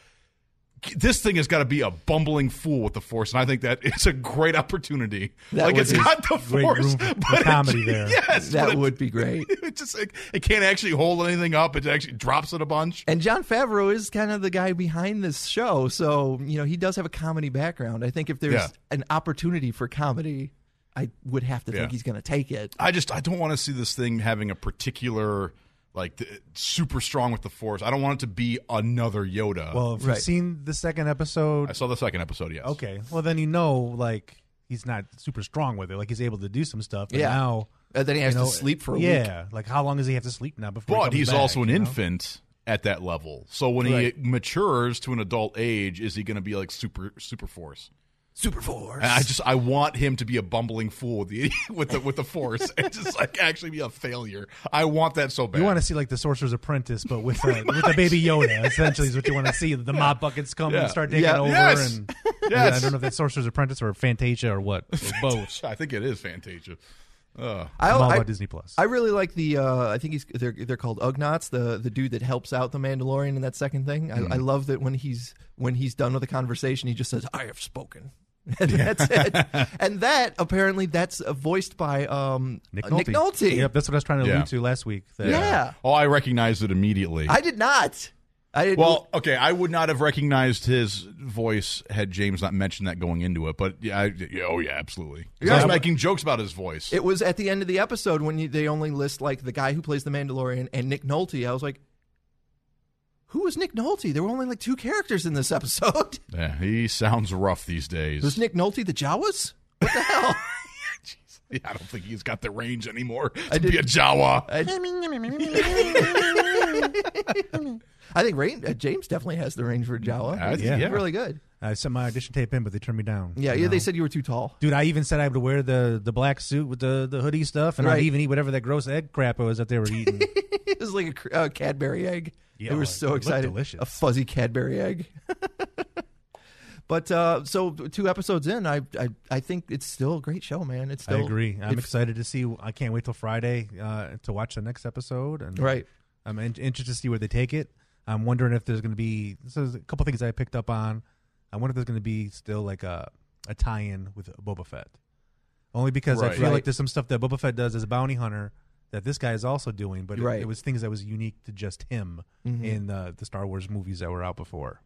[SPEAKER 6] This thing has got to be a bumbling fool with the Force, and I think that it's a great opportunity.
[SPEAKER 5] That
[SPEAKER 6] like
[SPEAKER 5] would
[SPEAKER 6] it's
[SPEAKER 5] be
[SPEAKER 6] got the
[SPEAKER 7] great
[SPEAKER 6] Force,
[SPEAKER 7] room for
[SPEAKER 6] but it-
[SPEAKER 7] comedy there.
[SPEAKER 6] Yes,
[SPEAKER 5] That
[SPEAKER 6] but it-
[SPEAKER 5] would be great.
[SPEAKER 6] It just like, it can't actually hold anything up. It actually drops it a bunch.
[SPEAKER 5] And John Favreau is kind of the guy behind this show, so you know he does have a comedy background. I think if there's
[SPEAKER 6] Yeah.
[SPEAKER 5] an opportunity for comedy, I would have to
[SPEAKER 6] Yeah.
[SPEAKER 5] think he's going to take it.
[SPEAKER 6] I just I don't want to see this thing having a particular like th- super strong with the force. I don't want it to be another Yoda.
[SPEAKER 7] Well, if
[SPEAKER 5] Right.
[SPEAKER 7] you've seen the second episode,
[SPEAKER 6] I saw the second episode. Yes.
[SPEAKER 7] okay. Well, then you know like he's not super strong with it. Like he's able to do some stuff. But
[SPEAKER 5] Yeah.
[SPEAKER 7] Now
[SPEAKER 5] And then he has
[SPEAKER 7] you know,
[SPEAKER 5] to sleep for a
[SPEAKER 7] yeah,
[SPEAKER 5] week.
[SPEAKER 7] Like how long does he have to sleep now before? he
[SPEAKER 6] But
[SPEAKER 7] comes
[SPEAKER 6] he's
[SPEAKER 7] back,
[SPEAKER 6] also an
[SPEAKER 7] you know?
[SPEAKER 6] infant at that level. So when
[SPEAKER 5] Right.
[SPEAKER 6] he matures to an adult age, is he going to be like super super force?
[SPEAKER 5] Super Force.
[SPEAKER 6] And I just I want him to be a bumbling fool with the with the with the force and just like actually be a failure. I want that so bad.
[SPEAKER 7] You want to see like the Sorcerer's Apprentice, but with uh, with the baby Yoda. Essentially, is what you want to see. The mop buckets come
[SPEAKER 6] Yeah.
[SPEAKER 7] and start taking
[SPEAKER 5] Yeah.
[SPEAKER 7] over.
[SPEAKER 6] Yes.
[SPEAKER 7] And
[SPEAKER 6] Yes.
[SPEAKER 7] I don't know if that's Sorcerer's Apprentice or Fantasia or what. Or both.
[SPEAKER 6] I think it is Fantasia.
[SPEAKER 5] I,
[SPEAKER 7] I'm all
[SPEAKER 5] I-
[SPEAKER 7] about Disney Plus.
[SPEAKER 5] I really like the. Uh, I think he's they're they're called Ugnaughts, the the dude that helps out the Mandalorian in that second thing. I, I love that when he's when he's done with the conversation, he just says, "I have spoken." and that's it. and that apparently that's uh, voiced by um, uh, Nick Nolte.
[SPEAKER 7] Yep, that's what I was trying to
[SPEAKER 6] Yeah.
[SPEAKER 7] allude to last week. that- uh,
[SPEAKER 5] Yeah.
[SPEAKER 6] Oh, I recognize it immediately.
[SPEAKER 5] I did not. I did
[SPEAKER 6] Well, okay, I would not have recognized his voice had James not mentioned that going into it, but yeah, I, yeah oh yeah, absolutely. 'Cause I was making jokes about his voice.
[SPEAKER 5] It was at the end of the episode when you, they only list like the guy who plays the Mandalorian and Nick Nolte. I was like, who was Nick Nolte? There were only like two characters in this episode.
[SPEAKER 6] yeah, he sounds rough these days.
[SPEAKER 5] Was Nick Nolte the Jawas? What the hell?
[SPEAKER 6] Yeah, I don't think he's got the range anymore to
[SPEAKER 5] did-
[SPEAKER 6] be a Jawa.
[SPEAKER 5] I think Rain, uh, James definitely has the range for a Jawa.
[SPEAKER 6] I-
[SPEAKER 5] He's
[SPEAKER 6] Uh, yeah.
[SPEAKER 5] really good.
[SPEAKER 7] I sent my audition tape in, but they turned me down.
[SPEAKER 5] Yeah,
[SPEAKER 7] you
[SPEAKER 5] yeah. They
[SPEAKER 7] know?
[SPEAKER 5] said you were too tall.
[SPEAKER 7] Dude, I even said I would wear the, the black suit with the, the hoodie stuff, and
[SPEAKER 5] Right.
[SPEAKER 7] I'd even eat whatever that gross egg crap was that they were eating.
[SPEAKER 5] it was like a cr- uh, Cadbury egg.
[SPEAKER 7] Yeah,
[SPEAKER 5] they were
[SPEAKER 7] like, it
[SPEAKER 5] so
[SPEAKER 7] looked
[SPEAKER 5] excited.
[SPEAKER 7] delicious.
[SPEAKER 5] A fuzzy Cadbury egg. but uh, so two episodes in, I, I I think it's still a great show, man. It's
[SPEAKER 7] I
[SPEAKER 5] still
[SPEAKER 7] agree. I'm
[SPEAKER 5] it-
[SPEAKER 7] excited to see. I can't wait till Friday uh, to watch the next episode. And
[SPEAKER 5] Right.
[SPEAKER 7] I'm in- interested to see where they take it. I'm wondering if there's going to be. So there's a couple things I picked up on. I wonder if there's going to be still like a a tie-in with Boba Fett. Only because I
[SPEAKER 6] Right.
[SPEAKER 7] feel
[SPEAKER 5] Right.
[SPEAKER 7] like there's some stuff that Boba Fett does as a bounty hunter that this guy is also doing, but it,
[SPEAKER 5] Right. Mm-hmm.
[SPEAKER 7] it was things that was unique to just him in uh, the Star Wars movies that were out before.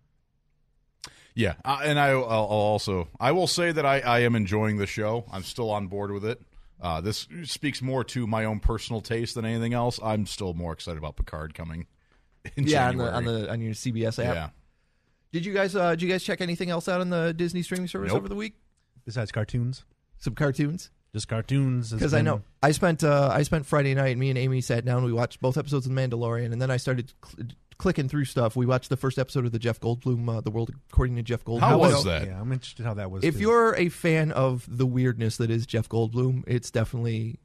[SPEAKER 6] Yeah, uh, and I, I'll, I'll also I will say that I, I am enjoying the show. I'm still on board with it. Uh, this speaks more to my own personal taste than anything else. I'm still more excited about Picard coming. In
[SPEAKER 5] yeah, on the,
[SPEAKER 6] January.
[SPEAKER 5] on the on your CBS app.
[SPEAKER 6] yeah.
[SPEAKER 5] Did you guys uh, did you guys check anything else out on the Disney streaming service
[SPEAKER 6] Nope.
[SPEAKER 5] over the week?
[SPEAKER 7] Besides cartoons,
[SPEAKER 5] Some cartoons
[SPEAKER 7] just cartoons. has
[SPEAKER 5] because I
[SPEAKER 7] been-
[SPEAKER 5] know I spent uh, I spent Friday night. Me and Amy sat down. We watched both episodes of The Mandalorian, and then I started cl- clicking through stuff. We watched the first episode of the Jeff Goldblum, uh, The World According to Jeff Goldblum.
[SPEAKER 6] How
[SPEAKER 5] So-
[SPEAKER 6] was that?
[SPEAKER 7] Yeah, I'm interested how that was.
[SPEAKER 5] If
[SPEAKER 7] too.
[SPEAKER 5] you're a fan of the weirdness that is Jeff Goldblum, it's definitely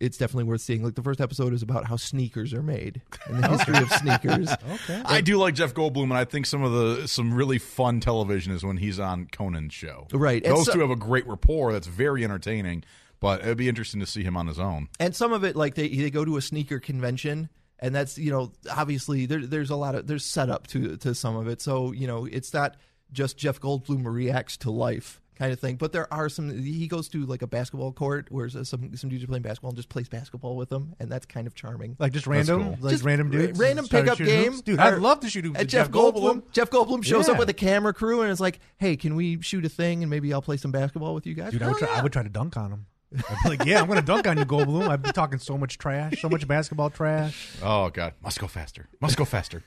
[SPEAKER 5] it's definitely worth seeing. Like the first episode is about how sneakers are made and the history of sneakers.
[SPEAKER 7] okay,
[SPEAKER 6] I do like Jeff Goldblum, and I think some of the some really fun television is when he's on Conan's show.
[SPEAKER 5] Right, and
[SPEAKER 6] those
[SPEAKER 5] so-
[SPEAKER 6] two have a great rapport that's very entertaining. But it'd be interesting to see him on his own.
[SPEAKER 5] and some of it like they they go to a sneaker convention and that's you know obviously there, there's a lot of there's setup to to some of it so you know it's not just jeff goldblum reacts to life kind of thing but there are some he goes to like a basketball court where some some dudes are playing basketball and just plays basketball with them and that's kind of charming
[SPEAKER 7] like just random,
[SPEAKER 6] cool.
[SPEAKER 7] like
[SPEAKER 5] Just
[SPEAKER 7] random
[SPEAKER 5] ra-
[SPEAKER 7] dudes,
[SPEAKER 5] random
[SPEAKER 7] started
[SPEAKER 5] pickup
[SPEAKER 7] shooting
[SPEAKER 5] game,
[SPEAKER 7] hoops. dude.
[SPEAKER 5] Or-
[SPEAKER 7] I'd love to shoot hoops
[SPEAKER 5] at
[SPEAKER 7] with
[SPEAKER 5] Jeff Goldblum. Jeff Goldblum shows
[SPEAKER 7] Yeah.
[SPEAKER 5] up with a camera crew and it's like, "Hey, can we shoot a thing and maybe I'll play some basketball with you guys?"
[SPEAKER 7] Dude, I would,
[SPEAKER 5] Hell
[SPEAKER 7] try, I
[SPEAKER 5] yeah.
[SPEAKER 7] would try to dunk on him. I'd be like, yeah, I'm going to dunk on you, Goldblum. I'd be talking so much trash, so much basketball trash.
[SPEAKER 6] Oh God, must go faster, must go faster.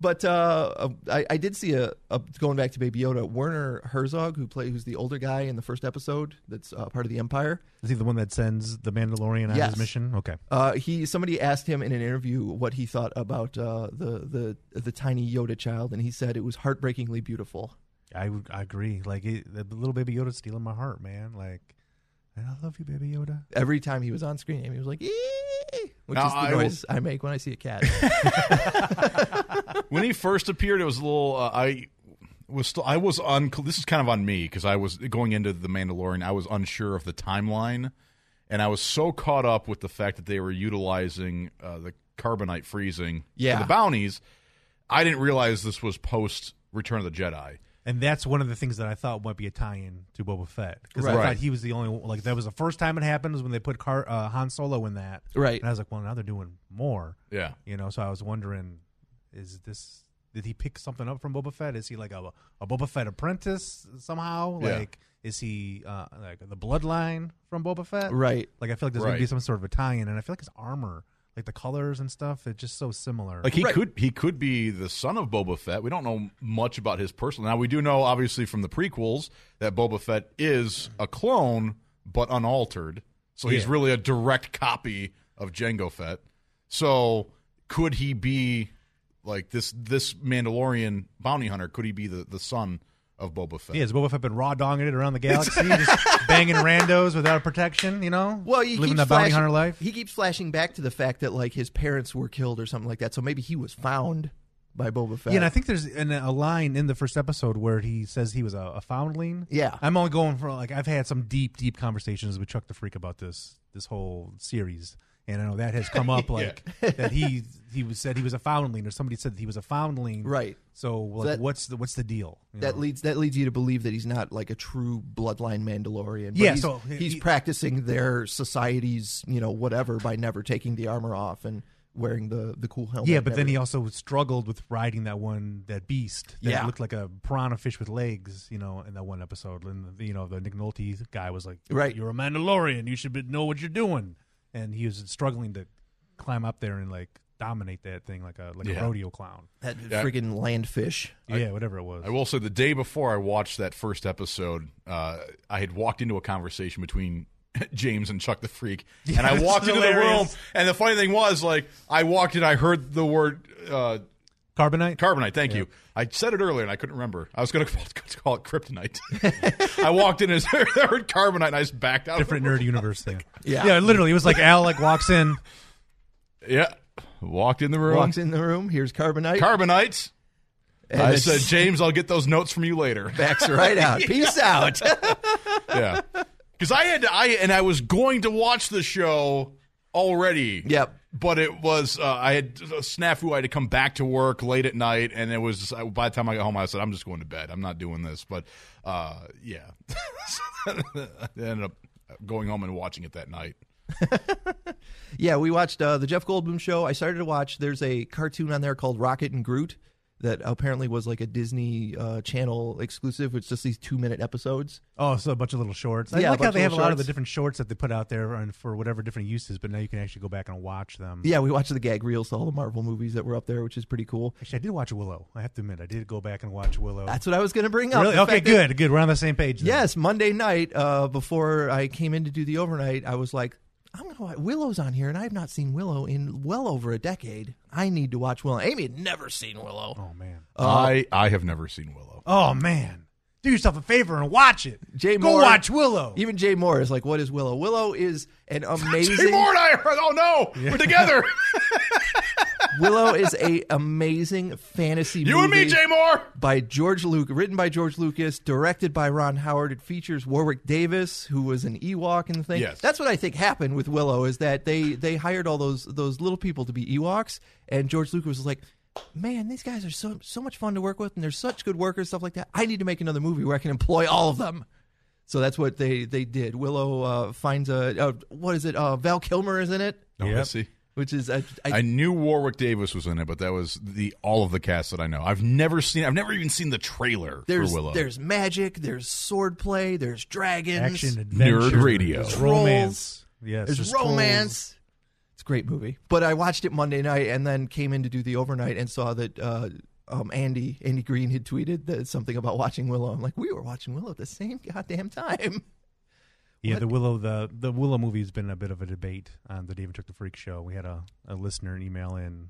[SPEAKER 5] But uh, I, I did see a, a going back to Baby Yoda, Werner Herzog, who play who's the older guy in the first episode that's uh, part of the Empire.
[SPEAKER 7] Is he the one that sends the Mandalorian on
[SPEAKER 5] Yes.
[SPEAKER 7] his mission? Okay.
[SPEAKER 5] Uh, he somebody asked him in an interview what he thought about uh, the the the tiny Yoda child, and he said it was heartbreakingly beautiful.
[SPEAKER 7] I, would- I agree. Like, it, the little baby Yoda's stealing my heart, man. Like, I love you, baby Yoda.
[SPEAKER 5] Every time he was on screen, he was like, "Ee!" which
[SPEAKER 6] Now,
[SPEAKER 5] is the
[SPEAKER 6] I will-
[SPEAKER 5] noise I make when I see a cat.
[SPEAKER 6] when he first appeared, it was a little. Uh, I was still. I was on. This is kind of on me because I was going into the Mandalorian. I was unsure of the timeline, and I was so caught up with the fact that they were utilizing uh, the carbonite freezing for
[SPEAKER 5] Yeah.
[SPEAKER 6] the bounties. I didn't realize this was post Return of the Jedi.
[SPEAKER 7] And that's one of the things that I thought might be a tie-in to Boba Fett because I
[SPEAKER 5] Right.
[SPEAKER 7] thought he was the only one. Like that was the first time it happened was when they put Car- uh, Han Solo in that.
[SPEAKER 5] Right.
[SPEAKER 7] And I was like, well, now they're doing more.
[SPEAKER 6] Yeah.
[SPEAKER 7] You know, so I was wondering, is this? Did he pick something up from Boba Fett? Is he like a, a Boba Fett apprentice somehow?
[SPEAKER 6] Yeah.
[SPEAKER 7] Like, is he uh, like the bloodline from Boba Fett?
[SPEAKER 5] right?
[SPEAKER 7] Like, I feel like there's going
[SPEAKER 6] Right.
[SPEAKER 7] to be some sort of a tie-in, and I feel like his armor, like the colors and stuff, it's just so similar.
[SPEAKER 6] Like he
[SPEAKER 5] Right.
[SPEAKER 6] could he could be the son of Boba Fett. We don't know much about his personal. Now we do know obviously from the prequels that Boba Fett is a clone but unaltered. So he's
[SPEAKER 7] Yeah.
[SPEAKER 6] really a direct copy of Jango Fett. So could he be like this this Mandalorian bounty hunter? Could he be the, the son of Boba Fett?
[SPEAKER 7] Yeah, has Boba Fett been raw donging it around the galaxy, just banging randos without protection? You know,
[SPEAKER 5] Well, he
[SPEAKER 7] living
[SPEAKER 5] keeps
[SPEAKER 7] that bounty
[SPEAKER 5] flashing,
[SPEAKER 7] hunter life.
[SPEAKER 5] He keeps flashing back to the fact that like his parents were killed or something like that. So maybe he was found by Boba Fett.
[SPEAKER 7] yeah, and I think there's an, a line in the first episode where he says he was a, a foundling.
[SPEAKER 5] Yeah.
[SPEAKER 7] I'm only going for like I've had some deep, deep conversations with Chuck the Freak about this this whole series, and I know that has come up like that he he was said he was a foundling, or somebody said that he was a foundling,
[SPEAKER 5] Right.
[SPEAKER 7] So, like,
[SPEAKER 5] that-
[SPEAKER 7] what's the what's the deal? you
[SPEAKER 5] that
[SPEAKER 7] know?
[SPEAKER 5] leads that leads you to believe that he's not like a true bloodline Mandalorian. But
[SPEAKER 7] Yeah,
[SPEAKER 5] he's,
[SPEAKER 7] so he-
[SPEAKER 5] he's
[SPEAKER 7] he-
[SPEAKER 5] practicing their society's you know whatever by never taking the armor off and wearing the the cool helmet.
[SPEAKER 7] Yeah,
[SPEAKER 5] and
[SPEAKER 7] but then he
[SPEAKER 5] everything.
[SPEAKER 7] also struggled with riding that one that beast that
[SPEAKER 5] Yeah.
[SPEAKER 7] looked like a piranha fish with legs, you know, in that one episode. And you know, the Nick Nolte guy was like,
[SPEAKER 5] Right.
[SPEAKER 7] you're a Mandalorian, you should be- know what you're doing." And he was struggling to climb up there and like dominate that thing like a like
[SPEAKER 6] Yeah.
[SPEAKER 7] a rodeo clown.
[SPEAKER 5] that friggin' land fish.
[SPEAKER 7] yeah, whatever it was.
[SPEAKER 6] I will say the day before I watched that first episode, uh, I had walked into a conversation between James and Chuck the Freak, and I
[SPEAKER 7] it's
[SPEAKER 6] walked into the
[SPEAKER 7] hilarious.
[SPEAKER 6] room, and the funny thing was, like, I walked in, I heard the word uh,
[SPEAKER 7] Carbonite.
[SPEAKER 6] carbonite. Thank you. I said it earlier, and I couldn't remember. I was going to call, call it kryptonite. I walked in and I heard carbonite, and I just backed out.
[SPEAKER 7] Different nerd universe thing.
[SPEAKER 5] Yeah.
[SPEAKER 7] yeah, literally, it was like Al like walks in.
[SPEAKER 6] Yeah, walked in the room.
[SPEAKER 5] Walks in the room. Here's carbonite.
[SPEAKER 6] Carbonite.
[SPEAKER 5] and
[SPEAKER 6] I
[SPEAKER 5] it's-
[SPEAKER 6] said, James, I'll get those notes from you later.
[SPEAKER 5] backs right out. Peace out.
[SPEAKER 6] yeah because i had to, i and i was going to watch the show already
[SPEAKER 5] Yep.
[SPEAKER 6] but it was uh, i had a snafu i had to come back to work late at night and it was by the time i got home i said i'm just going to bed i'm not doing this but uh yeah I ended up going home and watching it that night.
[SPEAKER 5] Yeah, we watched uh, the Jeff Goldblum show. I started to watch. There's a cartoon on there called Rocket and Groot that apparently was like a Disney uh, Channel exclusive. It's just these two minute episodes.
[SPEAKER 7] Oh, so a bunch of little shorts. I
[SPEAKER 5] Yeah, a
[SPEAKER 7] like how
[SPEAKER 5] bunch of
[SPEAKER 7] they have a
[SPEAKER 5] little
[SPEAKER 7] lot of the
[SPEAKER 5] shorts.
[SPEAKER 7] different shorts that they put out there and for whatever different uses, but now you can actually go back and watch them.
[SPEAKER 5] Yeah, we watched the gag reels to all the Marvel movies that were up there, which is pretty cool.
[SPEAKER 7] Actually, I did watch Willow. I have to admit, I did go back and watch Willow.
[SPEAKER 5] That's what I was going to bring up.
[SPEAKER 7] really
[SPEAKER 5] the
[SPEAKER 7] okay.
[SPEAKER 5] fact that-
[SPEAKER 7] Good, good. We're on the same page. then.
[SPEAKER 5] Yes, Monday night uh, before I came in to do the overnight, I was like, I'm going to watch Willow's on here, and I have not seen Willow in well over a decade. I need to watch Willow. Amy had never seen Willow.
[SPEAKER 7] Oh man.
[SPEAKER 5] Uh-huh.
[SPEAKER 6] I I have never seen Willow.
[SPEAKER 7] Oh man. Do yourself a favor and watch it.
[SPEAKER 5] Jay
[SPEAKER 7] go
[SPEAKER 5] Moore-
[SPEAKER 7] watch Willow.
[SPEAKER 5] Even Jay Moore is like, what is Willow? Willow is an amazing.
[SPEAKER 6] Jay Moore and I are, oh no, we're together.
[SPEAKER 5] Willow is a amazing fantasy
[SPEAKER 6] you
[SPEAKER 5] movie
[SPEAKER 6] and me, Jay Moore.
[SPEAKER 5] by George Luke, written by George Lucas, directed by Ron Howard. It features Warwick Davis, who was an Ewok in the thing.
[SPEAKER 6] Yes.
[SPEAKER 5] That's what I think happened with Willow is that they they hired all those those little people to be Ewoks, and George Lucas was like, "Man, these guys are so so much fun to work with, and they're such good workers, stuff like that. I need to make another movie where I can employ all of them." So that's what they they did. Willow uh, finds a uh, what is it? Uh, Val Kilmer is in it,
[SPEAKER 6] No,
[SPEAKER 7] Yep.
[SPEAKER 6] let's Oh, see.
[SPEAKER 5] which is I, I,
[SPEAKER 6] I knew Warwick Davis was in it, but that was the all of the cast that I know. I've never seen. I've never even seen the trailer
[SPEAKER 5] there's
[SPEAKER 6] for Willow.
[SPEAKER 5] there's magic, there's swordplay, there's dragons,
[SPEAKER 7] Action adventure.
[SPEAKER 6] radio.
[SPEAKER 7] There's
[SPEAKER 5] Trolls.
[SPEAKER 7] romance. Yes.
[SPEAKER 5] There's
[SPEAKER 7] trolls.
[SPEAKER 5] romance. It's a great movie. But I watched it Monday night and then came in to do the overnight and saw that uh, um, Andy Andy Green had tweeted that something about watching Willow. I'm like, we were watching Willow at the same goddamn time.
[SPEAKER 7] Yeah, the Willow the the Willow movie's been a bit of a debate on the David Took the Freak show. We had a, a listener email in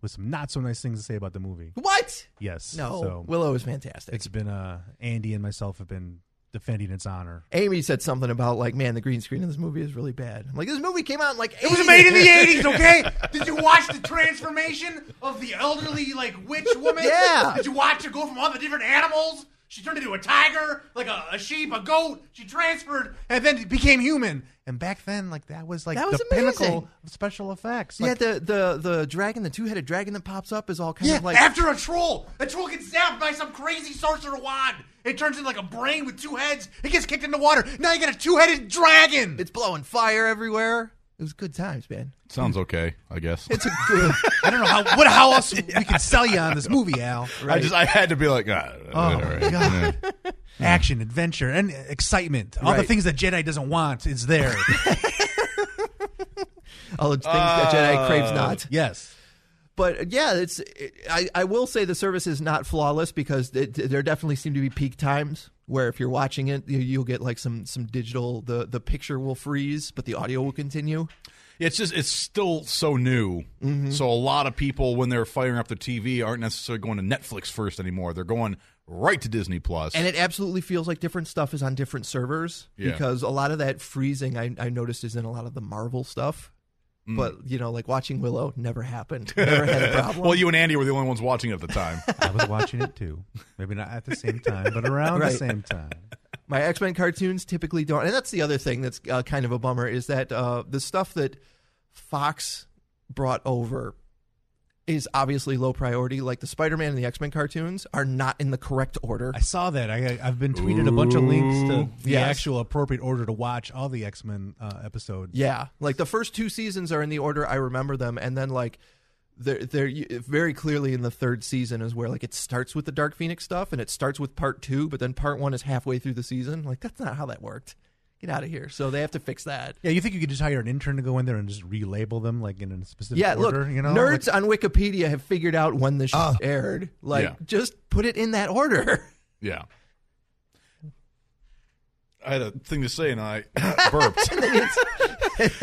[SPEAKER 7] with some not so nice things to say about the movie.
[SPEAKER 5] What?
[SPEAKER 7] Yes.
[SPEAKER 5] No,
[SPEAKER 7] So
[SPEAKER 5] Willow is fantastic.
[SPEAKER 7] it's been uh Andy and myself have been defending its honor.
[SPEAKER 5] Amy said something about like, man, the green screen in this movie is really bad. I'm like, this movie came out in like
[SPEAKER 7] It was
[SPEAKER 5] 80.
[SPEAKER 7] made in the eighties, okay? Did you watch the transformation of the elderly like witch woman?
[SPEAKER 5] Yeah.
[SPEAKER 7] Did you watch her go from all the different animals? She turned into a tiger, like a, a sheep, a goat. She transferred and then became human. And back then, like that was like
[SPEAKER 5] That was
[SPEAKER 7] the
[SPEAKER 5] amazing.
[SPEAKER 7] pinnacle of special effects.
[SPEAKER 5] Yeah,
[SPEAKER 7] Like,
[SPEAKER 5] the the the dragon, the two headed dragon that pops up is all kind of like
[SPEAKER 7] after a troll, a troll gets zapped by some crazy sorcerer wand. It turns into like a brain with two heads. It gets kicked in the water. Now you got a two-headed dragon.
[SPEAKER 5] it's blowing fire everywhere. It was good times, man.
[SPEAKER 6] Sounds okay, I guess.
[SPEAKER 5] It's a good.
[SPEAKER 7] I don't know how what how else we can sell you on this movie, Al.
[SPEAKER 6] I just I had to be like, ah,
[SPEAKER 5] Oh,
[SPEAKER 6] all right. Yeah.
[SPEAKER 7] action, adventure, and excitement. All the
[SPEAKER 5] Right.
[SPEAKER 7] things that Jedi doesn't want is there.
[SPEAKER 5] all the things
[SPEAKER 7] Uh,
[SPEAKER 5] that Jedi craves not.
[SPEAKER 7] yes.
[SPEAKER 5] But uh, yeah, it's. It, I I will say the service is not flawless because it, there definitely seem to be peak times where if you're watching it, you, you'll get like some some digital. The the picture will freeze, but the audio will continue.
[SPEAKER 6] It's just it's still so new.
[SPEAKER 5] Mm-hmm.
[SPEAKER 6] So a lot of people when they're firing up the TV aren't necessarily going to Netflix first anymore. They're going right to Disney Plus.
[SPEAKER 5] And it absolutely feels like different stuff is on different servers
[SPEAKER 6] Yeah.
[SPEAKER 5] because a lot of that freezing I, I noticed is in a lot of the Marvel stuff.
[SPEAKER 6] Mm.
[SPEAKER 5] But you know, like watching Willow never happened. Never had a problem.
[SPEAKER 6] well, you and Andy were the only ones watching at the time.
[SPEAKER 7] I was watching it too. Maybe not at the same time, but around
[SPEAKER 5] Right.
[SPEAKER 7] the same time.
[SPEAKER 5] my X Men cartoons typically don't, and that's the other thing that's uh, kind of a bummer is that uh, the stuff that Fox brought over is obviously low priority. Like the Spider Man and the X Men cartoons are not in the correct order.
[SPEAKER 7] I saw that. I, I've been tweeted a bunch of links to the
[SPEAKER 5] Yes.
[SPEAKER 7] actual appropriate order to watch all the X Men uh, episodes.
[SPEAKER 5] Yeah, like the first two seasons are in the order I remember them, and then like they're they're you- very clearly in the third season is where like it starts with the Dark Phoenix stuff, and it starts with part two, but then part one is halfway through the season. Like that's not how that worked. Get out of here. So they have to fix that.
[SPEAKER 7] Yeah, you think you could just hire an intern to go in there and just relabel them like in a specific
[SPEAKER 5] Yeah,
[SPEAKER 7] order?
[SPEAKER 5] look,
[SPEAKER 7] you know,
[SPEAKER 5] nerds
[SPEAKER 7] Like, Ah.
[SPEAKER 5] on Wikipedia have figured out when the show aired. Like,
[SPEAKER 6] Yeah.
[SPEAKER 5] just put it in that order.
[SPEAKER 6] Yeah. I had a thing to say and I burped.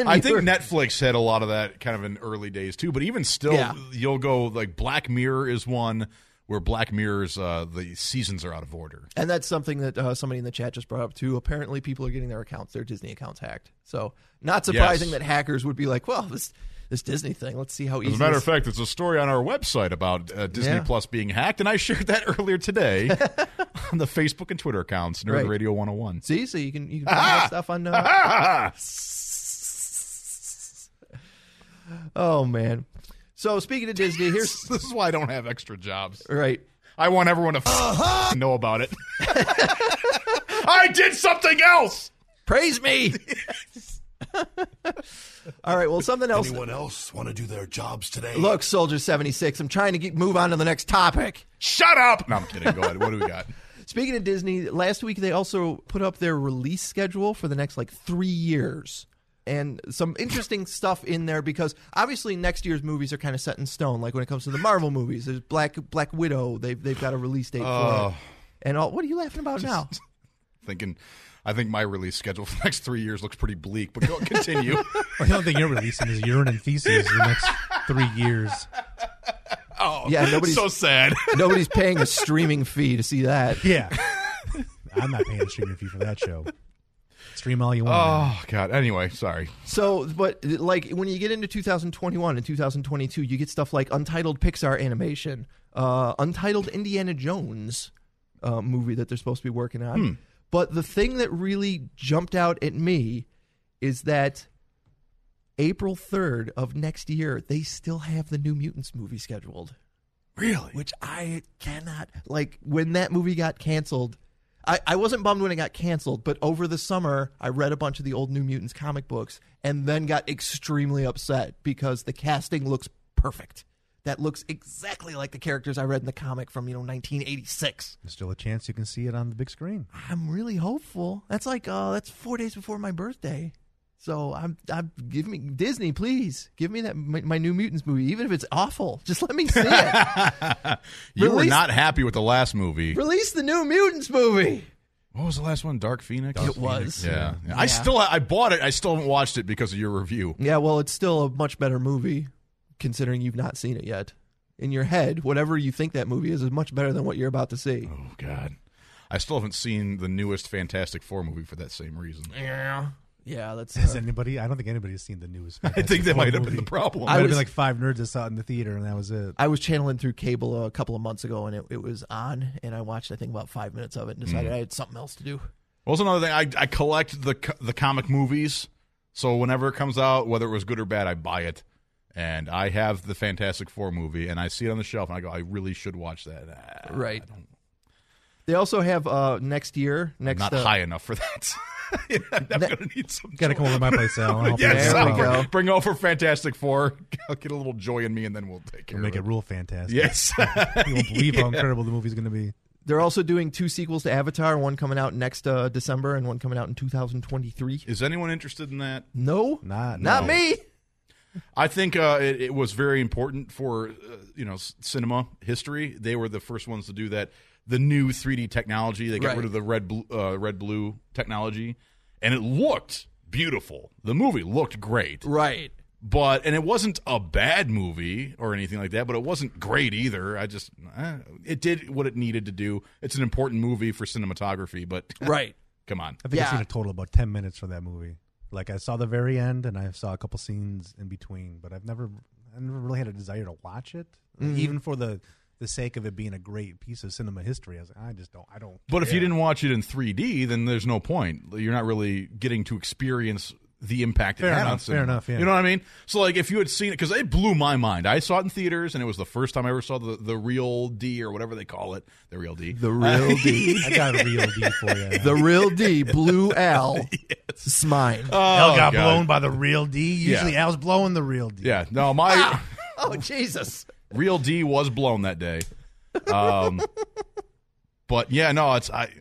[SPEAKER 6] I think Netflix had a lot of that kind of in early days too, but even still,
[SPEAKER 5] Yeah.
[SPEAKER 6] you'll go like Black Mirror is one where Black Mirror's uh, the seasons are out of order.
[SPEAKER 5] and that's something that uh, somebody in the chat just brought up too. Apparently, people are getting their accounts, their Disney accounts hacked. So, not surprising
[SPEAKER 6] Yes.
[SPEAKER 5] that hackers would be like, "Well, this this Disney thing. Let's see how easy."
[SPEAKER 6] As a matter of
[SPEAKER 5] this-
[SPEAKER 6] fact, there's a story on our website about uh, Disney
[SPEAKER 5] Yeah.
[SPEAKER 6] Plus being hacked, and I shared that earlier today on the Facebook and Twitter accounts, Nerd
[SPEAKER 5] Right.
[SPEAKER 6] Radio 101.
[SPEAKER 5] see, so you can you can find that stuff on. Uh, oh man! So speaking of Disney, here's
[SPEAKER 6] this is why I don't have extra jobs.
[SPEAKER 5] right. Uh-huh.
[SPEAKER 6] I want everyone to f- know about it. I did something else.
[SPEAKER 5] Praise me. All right. Well, something else.
[SPEAKER 9] Anyone else want to do their jobs today?
[SPEAKER 5] Look, Soldier 76, I'm trying to get, move on to the next topic.
[SPEAKER 6] Shut up. No, I'm kidding. Go ahead. What do we got?
[SPEAKER 5] Speaking of Disney, last week they also put up their release schedule for the next like three years. And some interesting stuff in there because obviously next year's movies are kind of set in stone. Like when it comes to the Marvel movies, there's Black Black Widow. They've they've got a release date for it. And all, what are you laughing about now?
[SPEAKER 6] Thinking. I think my release schedule for the next three years looks pretty bleak, but go continue.
[SPEAKER 7] The only thing you're releasing is urine and feces in the next three years.
[SPEAKER 5] yeah, nobody's
[SPEAKER 6] so sad.
[SPEAKER 5] nobody's paying a streaming fee to see that.
[SPEAKER 7] Yeah. I'm not paying a streaming fee for that show. Stream all you want. man.
[SPEAKER 6] Oh God. Anyway, sorry.
[SPEAKER 5] So, but like when you get into 2021 and 2022, you get stuff like Untitled Pixar animation, uh, Untitled Indiana Jones uh, movie that they're supposed to be working on. But the thing that really jumped out at me is that April 3rd of next year, they still have the New Mutants movie scheduled. Really? Which I cannot. Like, when that movie got canceled, I, I wasn't bummed when it got canceled, but over the summer, I read a bunch of the old New Mutants comic books and then got extremely upset because the casting looks perfect. That looks exactly like the characters I read in the comic from, you know, 1986.
[SPEAKER 7] There's still a chance you can see it on the big screen.
[SPEAKER 5] I'm really hopeful. That's like uh that's four days before my birthday. So I'm I'm give me Disney, please give me that my, my New Mutants movie, even if it's awful. Just let me see it.
[SPEAKER 6] You were
[SPEAKER 5] Release-
[SPEAKER 6] not happy with the last movie.
[SPEAKER 5] Release the New Mutants movie.
[SPEAKER 6] What was the last one? Dark Phoenix.
[SPEAKER 5] it was.
[SPEAKER 6] Yeah. I still I bought it. I still haven't watched it because of your review.
[SPEAKER 5] Yeah, well, it's still a much better movie, considering you've not seen it yet. In your head, whatever you think that movie is, is much better than what you're about to see.
[SPEAKER 6] Oh God. I still haven't seen the newest Fantastic Four movie for that same reason.
[SPEAKER 5] Yeah, that's. uh,
[SPEAKER 7] Has anybody? I don't think anybody's seen the newest.
[SPEAKER 6] I think that might have been the problem.
[SPEAKER 7] I
[SPEAKER 5] I
[SPEAKER 7] would have
[SPEAKER 5] was-
[SPEAKER 7] been like five nerds that saw it in the theater, and that was it.
[SPEAKER 5] I was channeling through cable a couple of months ago, and it, it was on, and I watched I think about five minutes of it, and decided I had something else to do.
[SPEAKER 6] Well, that's another thing. I, I collect the co- the comic movies, so whenever it comes out, whether it was good or bad, I buy it. And I have the Fantastic Four movie, and I see it on the shelf, and I go, I really should watch that. Ah,
[SPEAKER 5] Right.
[SPEAKER 6] I don't-
[SPEAKER 5] They also have uh, next year, next
[SPEAKER 6] not
[SPEAKER 5] uh,
[SPEAKER 6] high enough for that. I'm gonna need some.
[SPEAKER 7] Got to come over to my place, Al. and I'll
[SPEAKER 6] Yes,
[SPEAKER 5] There we
[SPEAKER 6] I'll
[SPEAKER 7] I'll
[SPEAKER 5] go.
[SPEAKER 6] Bring over Fantastic Four. I'll get a little joy in me, and then we'll take care.
[SPEAKER 7] Make it
[SPEAKER 6] of
[SPEAKER 7] real fantastic.
[SPEAKER 6] Yes.
[SPEAKER 7] You won't believe how incredible the movie's going to be.
[SPEAKER 5] They're also doing two sequels to Avatar, one coming out next uh, December and one coming out in 2023.
[SPEAKER 6] Is anyone interested in that?
[SPEAKER 5] No,
[SPEAKER 7] Not-
[SPEAKER 5] not
[SPEAKER 7] no.
[SPEAKER 5] me.
[SPEAKER 6] I think uh, it, it was very important for uh, you know s- cinema history. They were the first ones to do that. The new 3D technology. They got
[SPEAKER 5] Right.
[SPEAKER 6] rid of the red bl- uh, red blue technology, and it looked beautiful. The movie looked great,
[SPEAKER 5] Right.
[SPEAKER 6] but and it wasn't a bad movie or anything like that. But it wasn't great either. I just eh, it did what it needed to do. It's an important movie for cinematography, but
[SPEAKER 5] Right.
[SPEAKER 6] come on,
[SPEAKER 7] I think I've
[SPEAKER 5] Yeah.
[SPEAKER 7] seen a total of about ten minutes from that movie. Like I saw the very end, and I saw a couple scenes in between, but I've never, I never really had a desire to watch it, even for the the sake of it being a great piece of cinema history. I was like, I just don't, I don't.
[SPEAKER 6] But if you didn't watch it in 3D, then there's no point. You're not really getting to experience the impact it
[SPEAKER 7] Fair
[SPEAKER 6] had
[SPEAKER 7] enough,
[SPEAKER 6] on cinema.
[SPEAKER 7] fair enough, yeah.
[SPEAKER 6] You know what I mean? So like, if you had seen it, because it blew my mind. I saw it in theaters, and it was the first time I ever saw the the real D or whatever they call it, the real D.
[SPEAKER 5] The real D.
[SPEAKER 7] I got a real D for you.
[SPEAKER 5] the real D. Blue Al. It's mine.
[SPEAKER 7] Al got
[SPEAKER 6] God.
[SPEAKER 7] blown by the real D.
[SPEAKER 6] Yeah.
[SPEAKER 7] Usually, Al's blowing the real D.
[SPEAKER 6] yeah, no, my
[SPEAKER 5] oh Jesus.
[SPEAKER 6] real D was blown that day. Um, but yeah, no, it's I.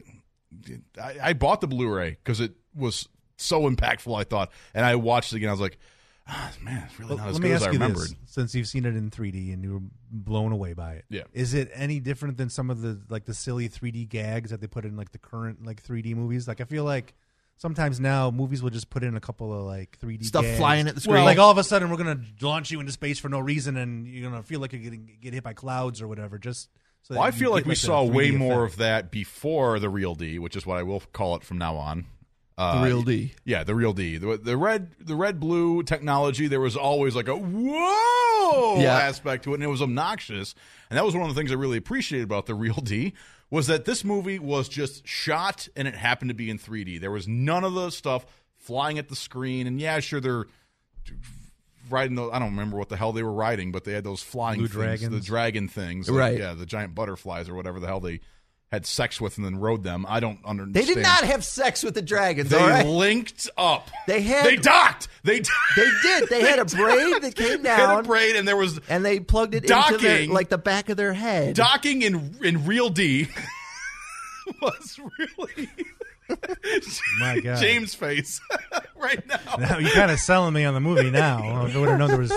[SPEAKER 6] I, I bought the Blu-ray because it was so impactful. I thought, and I watched it again. I was like, ah, "Man, it's really
[SPEAKER 7] Well,
[SPEAKER 6] not as
[SPEAKER 7] let
[SPEAKER 6] good
[SPEAKER 7] me
[SPEAKER 6] as
[SPEAKER 7] ask
[SPEAKER 6] I
[SPEAKER 7] you
[SPEAKER 6] remembered."
[SPEAKER 7] this: since you've seen it in 3D and you were blown away by it,
[SPEAKER 6] Yeah.
[SPEAKER 7] is it any different than some of the like the silly 3D gags that they put in like the current like 3D movies? Like I feel like sometimes now movies will just put in a couple of like 3D
[SPEAKER 5] Stuff
[SPEAKER 7] gags.
[SPEAKER 5] flying at the screen.
[SPEAKER 7] like all of a sudden we're gonna launch you into space for no reason, and you're gonna feel like you're getting get hit by clouds or whatever. Just so
[SPEAKER 6] Well,
[SPEAKER 7] that
[SPEAKER 6] I
[SPEAKER 7] you
[SPEAKER 6] feel
[SPEAKER 7] get,
[SPEAKER 6] like we
[SPEAKER 7] the
[SPEAKER 6] saw
[SPEAKER 7] 3D
[SPEAKER 6] way more
[SPEAKER 7] effect.
[SPEAKER 6] of that before the real D, which is what I will call it from now on.
[SPEAKER 5] The
[SPEAKER 6] Uh,
[SPEAKER 5] real D.
[SPEAKER 6] yeah, the real D. The, the red, the red blue technology. There was always like a whoa
[SPEAKER 5] Yeah.
[SPEAKER 6] aspect to it, and it was obnoxious. And that was one of the things I really appreciated about the real D was that this movie was just shot and it happened to be in 3D. There was none of the stuff flying at the screen. And yeah, sure they're riding those. I don't remember what the hell they were riding, but they had those flying
[SPEAKER 7] Blue
[SPEAKER 6] things, the
[SPEAKER 7] dragons.
[SPEAKER 6] dragon things,
[SPEAKER 5] Right.
[SPEAKER 6] Yeah, the giant butterflies or whatever the hell they had sex with and then rode them. I don't understand.
[SPEAKER 5] They did not have sex with the dragons.
[SPEAKER 6] They
[SPEAKER 5] all right?
[SPEAKER 6] linked up.
[SPEAKER 5] They had-
[SPEAKER 6] They docked. They. d-
[SPEAKER 5] They did. They had a braid that came
[SPEAKER 6] They had a
[SPEAKER 5] down,
[SPEAKER 6] braid, and there was
[SPEAKER 5] and they plugged it into their,
[SPEAKER 6] Docking.
[SPEAKER 5] like the back of their head.
[SPEAKER 6] docking in in real D. was really
[SPEAKER 7] My God.
[SPEAKER 6] James' face right now.
[SPEAKER 7] Now you're kind of selling me on the movie now. I would have known there was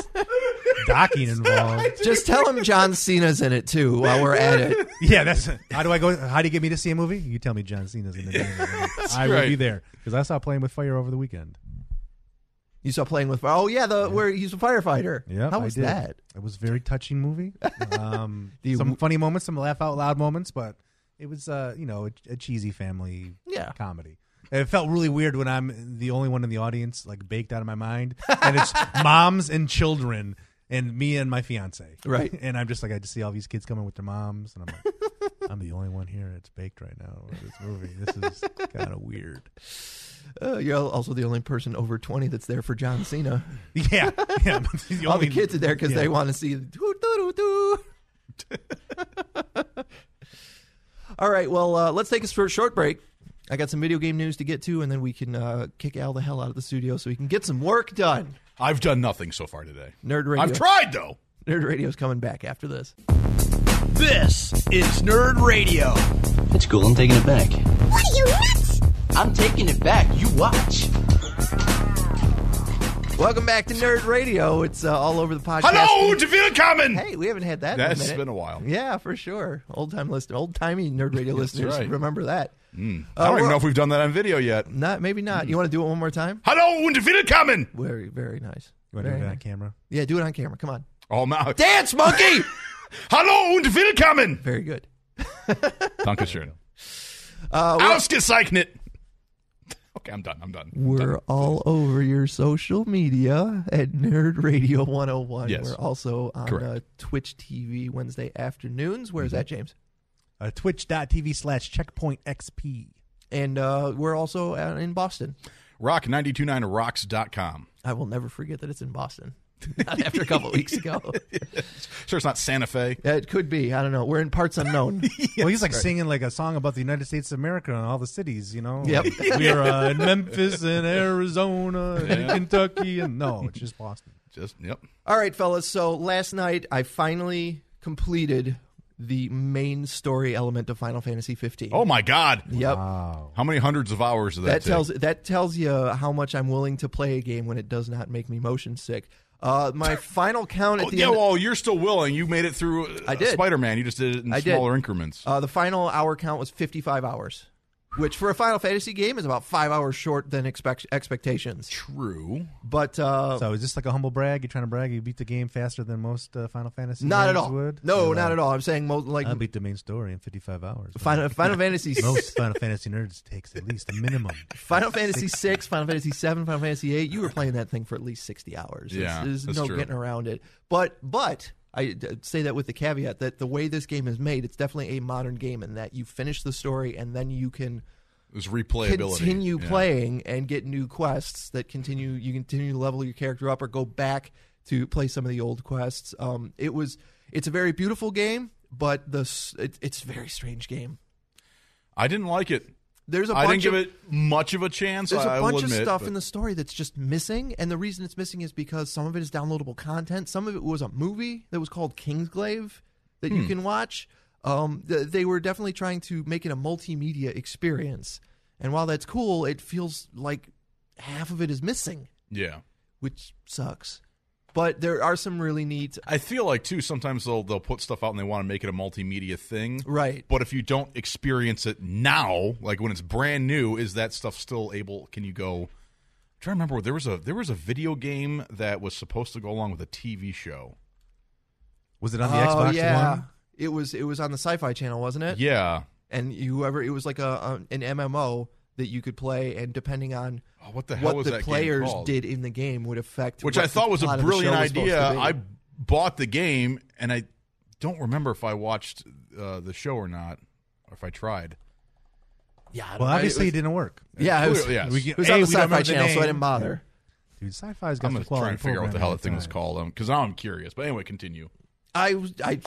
[SPEAKER 7] docking involved.
[SPEAKER 5] Just tell them John Cena's in it too. While we're at it,
[SPEAKER 7] Yeah, that's how do I go? How do you get me to see a movie? You tell me John Cena's in the movie. I will
[SPEAKER 6] right.
[SPEAKER 7] be there because I saw Playing with Fire over the weekend.
[SPEAKER 5] you saw playing with fire. Oh yeah, the where he's a firefighter.
[SPEAKER 7] Yeah,
[SPEAKER 5] how was
[SPEAKER 7] I did.
[SPEAKER 5] that?
[SPEAKER 7] It was a very touching movie. Um,
[SPEAKER 5] The-
[SPEAKER 7] some funny moments, some laugh out loud moments, but it was uh, you know a, a cheesy family
[SPEAKER 5] Yeah.
[SPEAKER 7] comedy. And it felt really weird when I'm the only one in the audience, like baked out of my mind, and it's moms and children. And me and my fiance,
[SPEAKER 5] Right.
[SPEAKER 7] And I'm just like, I just see all these kids coming with their moms, and I'm like, I'm the only one here that's baked right now with this movie. This is kind of weird.
[SPEAKER 5] Uh, you're also the only person over twenty that's there for John Cena.
[SPEAKER 7] Yeah, yeah. but the
[SPEAKER 5] All
[SPEAKER 7] only-
[SPEAKER 5] the kids are there because
[SPEAKER 7] yeah.
[SPEAKER 5] they want to see. doo-doo-doo-doo. All right, well, uh, let's take us for a short break. I got some video game news to get to, and then we can uh, kick Al the hell out of the studio so he can get some work done.
[SPEAKER 6] I've done nothing so far today.
[SPEAKER 5] Nerd Radio.
[SPEAKER 6] I've tried though.
[SPEAKER 5] Nerd Radio's coming back after this.
[SPEAKER 10] This is Nerd Radio.
[SPEAKER 11] It's cool. I'm taking it back.
[SPEAKER 10] What are you nuts? I'm taking it back. You watch.
[SPEAKER 5] Welcome back to Nerd Radio. It's uh, all over the podcast.
[SPEAKER 6] Hello, to willkommen.
[SPEAKER 5] Hey, we haven't had that. in a
[SPEAKER 6] That's
[SPEAKER 5] minute.
[SPEAKER 6] been a while.
[SPEAKER 5] Yeah, for sure. Old time list, old timey Nerd Radio listeners
[SPEAKER 6] right. Hmm.
[SPEAKER 5] remember that. Uh,
[SPEAKER 6] I don't even
[SPEAKER 5] we're-
[SPEAKER 6] know if Hmm. we've done that on video yet.
[SPEAKER 5] Not maybe not. You want to do it one more time?
[SPEAKER 6] Hello and willkommen.
[SPEAKER 5] Very very nice.
[SPEAKER 7] You wanna do
[SPEAKER 5] Very
[SPEAKER 7] it on
[SPEAKER 5] nice.
[SPEAKER 7] camera?
[SPEAKER 5] Yeah, do it on camera. Come on.
[SPEAKER 6] Oh, my.
[SPEAKER 5] Dance monkey.
[SPEAKER 6] Hallo und willkommen.
[SPEAKER 5] very good.
[SPEAKER 6] Dankeschön.
[SPEAKER 5] Uh,
[SPEAKER 6] Ausgezeichnet. Okay, I'm done. I'm done.
[SPEAKER 5] We're all over your social media at Nerd Radio 101.
[SPEAKER 6] Yes.
[SPEAKER 5] We're also on
[SPEAKER 6] Correct. Mm-hmm.
[SPEAKER 5] uh, Twitch TV Wednesday afternoons. Where's that, James?
[SPEAKER 7] uh, twitch.tv slash checkpoint xp
[SPEAKER 5] And uh, we're also out in Boston.
[SPEAKER 6] Rock 929rocks.com.
[SPEAKER 5] I will never forget that it's in Boston. Not after a couple weeks ago.
[SPEAKER 6] Sure, it's not Santa Fe.
[SPEAKER 5] Yeah, It could be. I don't know. We're in parts unknown.
[SPEAKER 7] well he's like singing like a song about the united states of america and all the cities you know
[SPEAKER 5] Yep.
[SPEAKER 7] Like, we're uh, in memphis and arizona and kentucky and no it's just boston
[SPEAKER 6] Just yep.
[SPEAKER 5] All right, fellas. So last night I finally completed the main story element of Final Fantasy 15.
[SPEAKER 6] Oh my God.
[SPEAKER 5] Yep.
[SPEAKER 6] How many hundreds of hours of that?
[SPEAKER 5] that
[SPEAKER 6] take?
[SPEAKER 5] tells that tells you how much I'm willing to play a game when it does not make me motion sick. Uh, my final count at
[SPEAKER 6] Oh,
[SPEAKER 5] the
[SPEAKER 6] yeah,
[SPEAKER 5] end,
[SPEAKER 6] well, you're still willing. You made it through. Uh,
[SPEAKER 5] I did.
[SPEAKER 6] Spider-Man. You just did it in
[SPEAKER 5] I did.
[SPEAKER 6] smaller increments.
[SPEAKER 5] uh, the final hour count was 55 hours, which for a Final Fantasy game is about five hours short than expect- expectations.
[SPEAKER 6] True.
[SPEAKER 5] But uh,
[SPEAKER 7] so is this like a humble brag you're trying to brag you beat the game faster than most uh, final fantasy
[SPEAKER 5] not at
[SPEAKER 7] games
[SPEAKER 5] all.
[SPEAKER 7] would
[SPEAKER 5] No,
[SPEAKER 7] You're
[SPEAKER 5] not
[SPEAKER 7] like,
[SPEAKER 5] at all. I'm saying most like
[SPEAKER 7] i beat the main story in 55 hours
[SPEAKER 5] Final, Final Fantasy
[SPEAKER 7] most final fantasy nerds takes at least a minimum
[SPEAKER 5] Final Fantasy six, Final Fantasy seven, Final Fantasy eight. You were playing that thing for at least sixty hours. It's-
[SPEAKER 6] Yeah,
[SPEAKER 5] there's
[SPEAKER 6] that's
[SPEAKER 5] no
[SPEAKER 6] true.
[SPEAKER 5] getting around it. But but I d- say that with the caveat that the way this game is made, it's definitely a modern game in that you finish the story and then you can
[SPEAKER 6] It was replayability.
[SPEAKER 5] continue
[SPEAKER 6] Yeah.
[SPEAKER 5] playing and get new quests that continue. You continue to level your character up or go back to play some of the old quests. Um, it was it's a very beautiful game, but the s- it, it's a very strange game.
[SPEAKER 6] I didn't like it.
[SPEAKER 5] There's a
[SPEAKER 6] I didn't
[SPEAKER 5] bunch
[SPEAKER 6] give
[SPEAKER 5] of,
[SPEAKER 6] it much of a chance.
[SPEAKER 5] there's a
[SPEAKER 6] I- I will
[SPEAKER 5] bunch
[SPEAKER 6] admit,
[SPEAKER 5] of stuff
[SPEAKER 6] but-
[SPEAKER 5] in the story that's just missing, and the reason it's missing is because some of it is downloadable content. Some of it was a movie that was called Kingsglaive that you can watch. Um, th- they were definitely trying to make it a multimedia experience, and while that's cool, it feels like half of it is missing,
[SPEAKER 6] yeah.
[SPEAKER 5] which sucks. But there are some really neat.
[SPEAKER 6] I feel like too sometimes they'll they'll put stuff out and they want to make it a multimedia thing.
[SPEAKER 5] Right.
[SPEAKER 6] But if you don't experience it now, like when it's brand new, is that stuff still able can you go I'm trying to remember there was a there was a video game that was supposed to go along with a TV show.
[SPEAKER 7] was it on the
[SPEAKER 5] oh
[SPEAKER 7] xbox
[SPEAKER 5] yeah,
[SPEAKER 7] one
[SPEAKER 5] it was it was on the Sci-Fi Channel, wasn't it?
[SPEAKER 6] Yeah.
[SPEAKER 5] And whoever it was like a, a an MMO that you could play, and depending on
[SPEAKER 6] Oh, what the hell
[SPEAKER 5] what
[SPEAKER 6] was
[SPEAKER 5] the
[SPEAKER 6] that game
[SPEAKER 5] players
[SPEAKER 6] called?
[SPEAKER 5] did in the game would affect
[SPEAKER 6] Which
[SPEAKER 5] what
[SPEAKER 6] I thought
[SPEAKER 5] the
[SPEAKER 6] was a
[SPEAKER 5] plot of the show
[SPEAKER 6] brilliant
[SPEAKER 5] was supposed
[SPEAKER 6] idea.
[SPEAKER 5] to be.
[SPEAKER 6] I bought the game and I don't remember if I watched uh, the show or not or if I tried.
[SPEAKER 5] yeah, I don't
[SPEAKER 7] well
[SPEAKER 5] know.
[SPEAKER 7] obviously
[SPEAKER 5] it
[SPEAKER 7] it,
[SPEAKER 5] was,
[SPEAKER 7] didn't work
[SPEAKER 5] yeah, it was,
[SPEAKER 6] Clearly, yes.
[SPEAKER 7] We-
[SPEAKER 5] it was
[SPEAKER 7] A,
[SPEAKER 5] on the
[SPEAKER 7] we don't
[SPEAKER 5] Sci-Fi
[SPEAKER 7] remember the
[SPEAKER 5] Channel, so I
[SPEAKER 7] name.
[SPEAKER 5] didn't bother.
[SPEAKER 7] dude sci-fi's got
[SPEAKER 6] I'm
[SPEAKER 7] some
[SPEAKER 6] going to try
[SPEAKER 7] quality
[SPEAKER 6] and figure out what the
[SPEAKER 7] programming
[SPEAKER 6] hell that thing was
[SPEAKER 7] sometimes.
[SPEAKER 6] called because now I'm curious. But anyway, continue.
[SPEAKER 5] I, was- I,